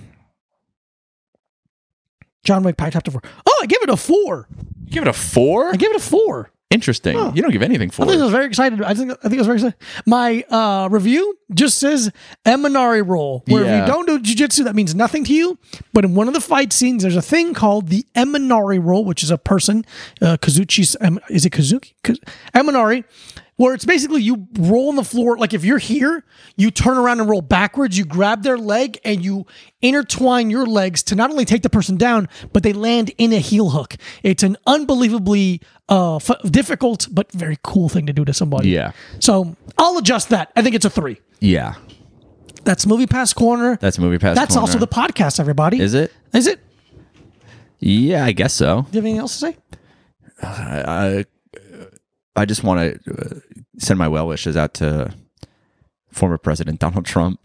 John Wick Pack Chapter Four. Oh, I give it a four.
Give it a four.
I give it a four.
Interesting. You don't give anything
I think I
four.
was very excited. I think I think I was very excited. My uh, review just says Eminari roll, where if
Yeah.
you don't do jujitsu, that means nothing to you. But in one of the fight scenes, there's a thing called the Eminari roll, which is a person, uh, Kazuchi's, em, is it Kazuki? Kaz- Eminari, where it's basically you roll on the floor. Like if you're here, you turn around and roll backwards, you grab their leg and you intertwine your legs to not only take the person down, but they land in a heel hook. It's an unbelievably uh, f- difficult but very cool thing to do to somebody.
Yeah.
So I'll adjust that. I think it's a three.
Yeah.
That's Movie Pass Corner.
That's movie pass.
That's also the podcast, everybody.
Is it?
Is it? Do
Yeah, I guess so.
you have anything else to say?
I just want to uh, send my well wishes out to former President Donald Trump.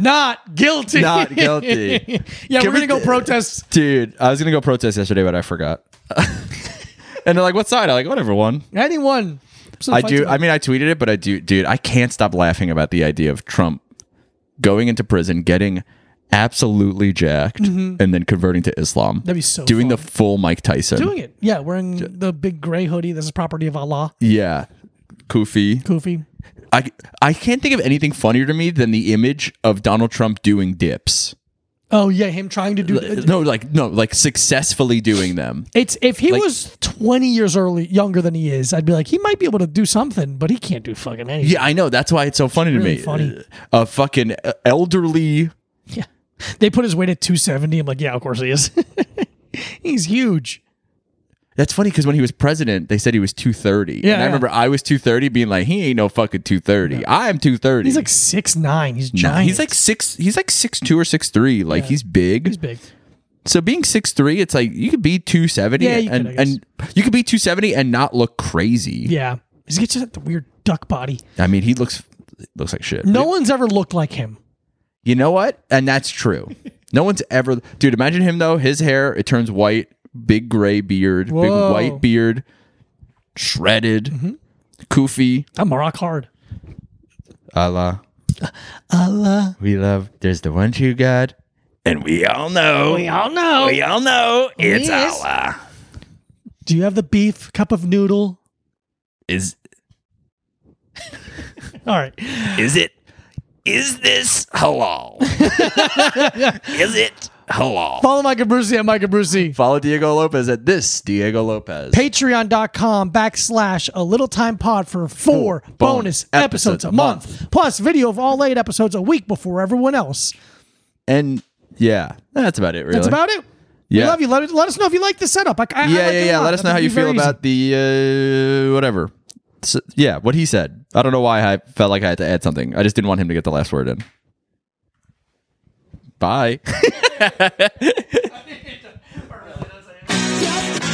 Not guilty.
Not guilty.
yeah,
Can
we're
we-
gonna go protest.
Dude, I was gonna go protest yesterday, but I forgot. and they're like, "What side?" I'm like, "Whatever one."
Anyone? So
I
fight
do.
to-
I mean, I tweeted it, but I do, dude. I can't stop laughing about the idea of Trump going into prison, getting absolutely jacked, and then converting to Islam.
Mm-hmm. That'd be so
doing the
fun.
full Mike Tyson.
doing it. Yeah, wearing the big gray hoodie. That's a property of Allah.
yeah, Kufi.
Kofi.
I I can't think of anything funnier to me than the image of Donald Trump doing dips.
Oh yeah, him trying to do.
No, like no, like successfully doing them.
It's if he was twenty years early, younger than he is, I'd be like, he might be able to do something, but he can't do fucking anything.
Yeah, I know. That's why it's so funny to
really
me.
funny.
A fucking elderly.
Yeah. They put his weight at 270. I'm like, yeah, of course he is. He's huge.
That's funny because when he was president, they said he was
Yeah,
230. and I
yeah.
remember I was 230 being like, he ain't no fucking 230. I'm 230.
He's like six nine. He's
Nah,
giant.
he's like six. He's like six two or six three. Like he's big.
he's big.
so being six three, it's like you could be two seventy.
Yeah, you
and
could, I guess.
and you could be two seventy and not look crazy.
Yeah. He's got just like the weird duck body.
I mean, he looks looks like shit.
No one's ever looked like him.
You know what? And that's true. No one's ever, dude. Imagine him though. His hair it turns white, big gray beard,
Whoa. Mm-hmm.
big white beard, shredded, koofy.
I'm rock hard.
Allah,
Uh, Allah.
we love. There's the one true God, and we all know.
We all know.
we all know it's
Yes.
Allah.
Do you have the beef cup of noodle?
Is
All right.
is it? Is this halal? is it halal?
Follow Micah Brucey at Micah Brucey.
Follow Diego Lopez at this Diego Lopez.
patreon.com backslash a little time pod for four bonus, episodes, a month. plus video of all eight episodes a week before everyone else
and yeah, that's about it. Really,
that's about it we
Yeah.
love you let, let us know if you like the setup I, I, I
yeah,
like
yeah,
it a
yeah.
lot.
Let us
I
know
think
how you
it'd be
feel
very
about the uh, whatever. S yeah, what he said. I don't know why I felt like I had to add something. I just didn't want him to get the last word in. Bye.
easy.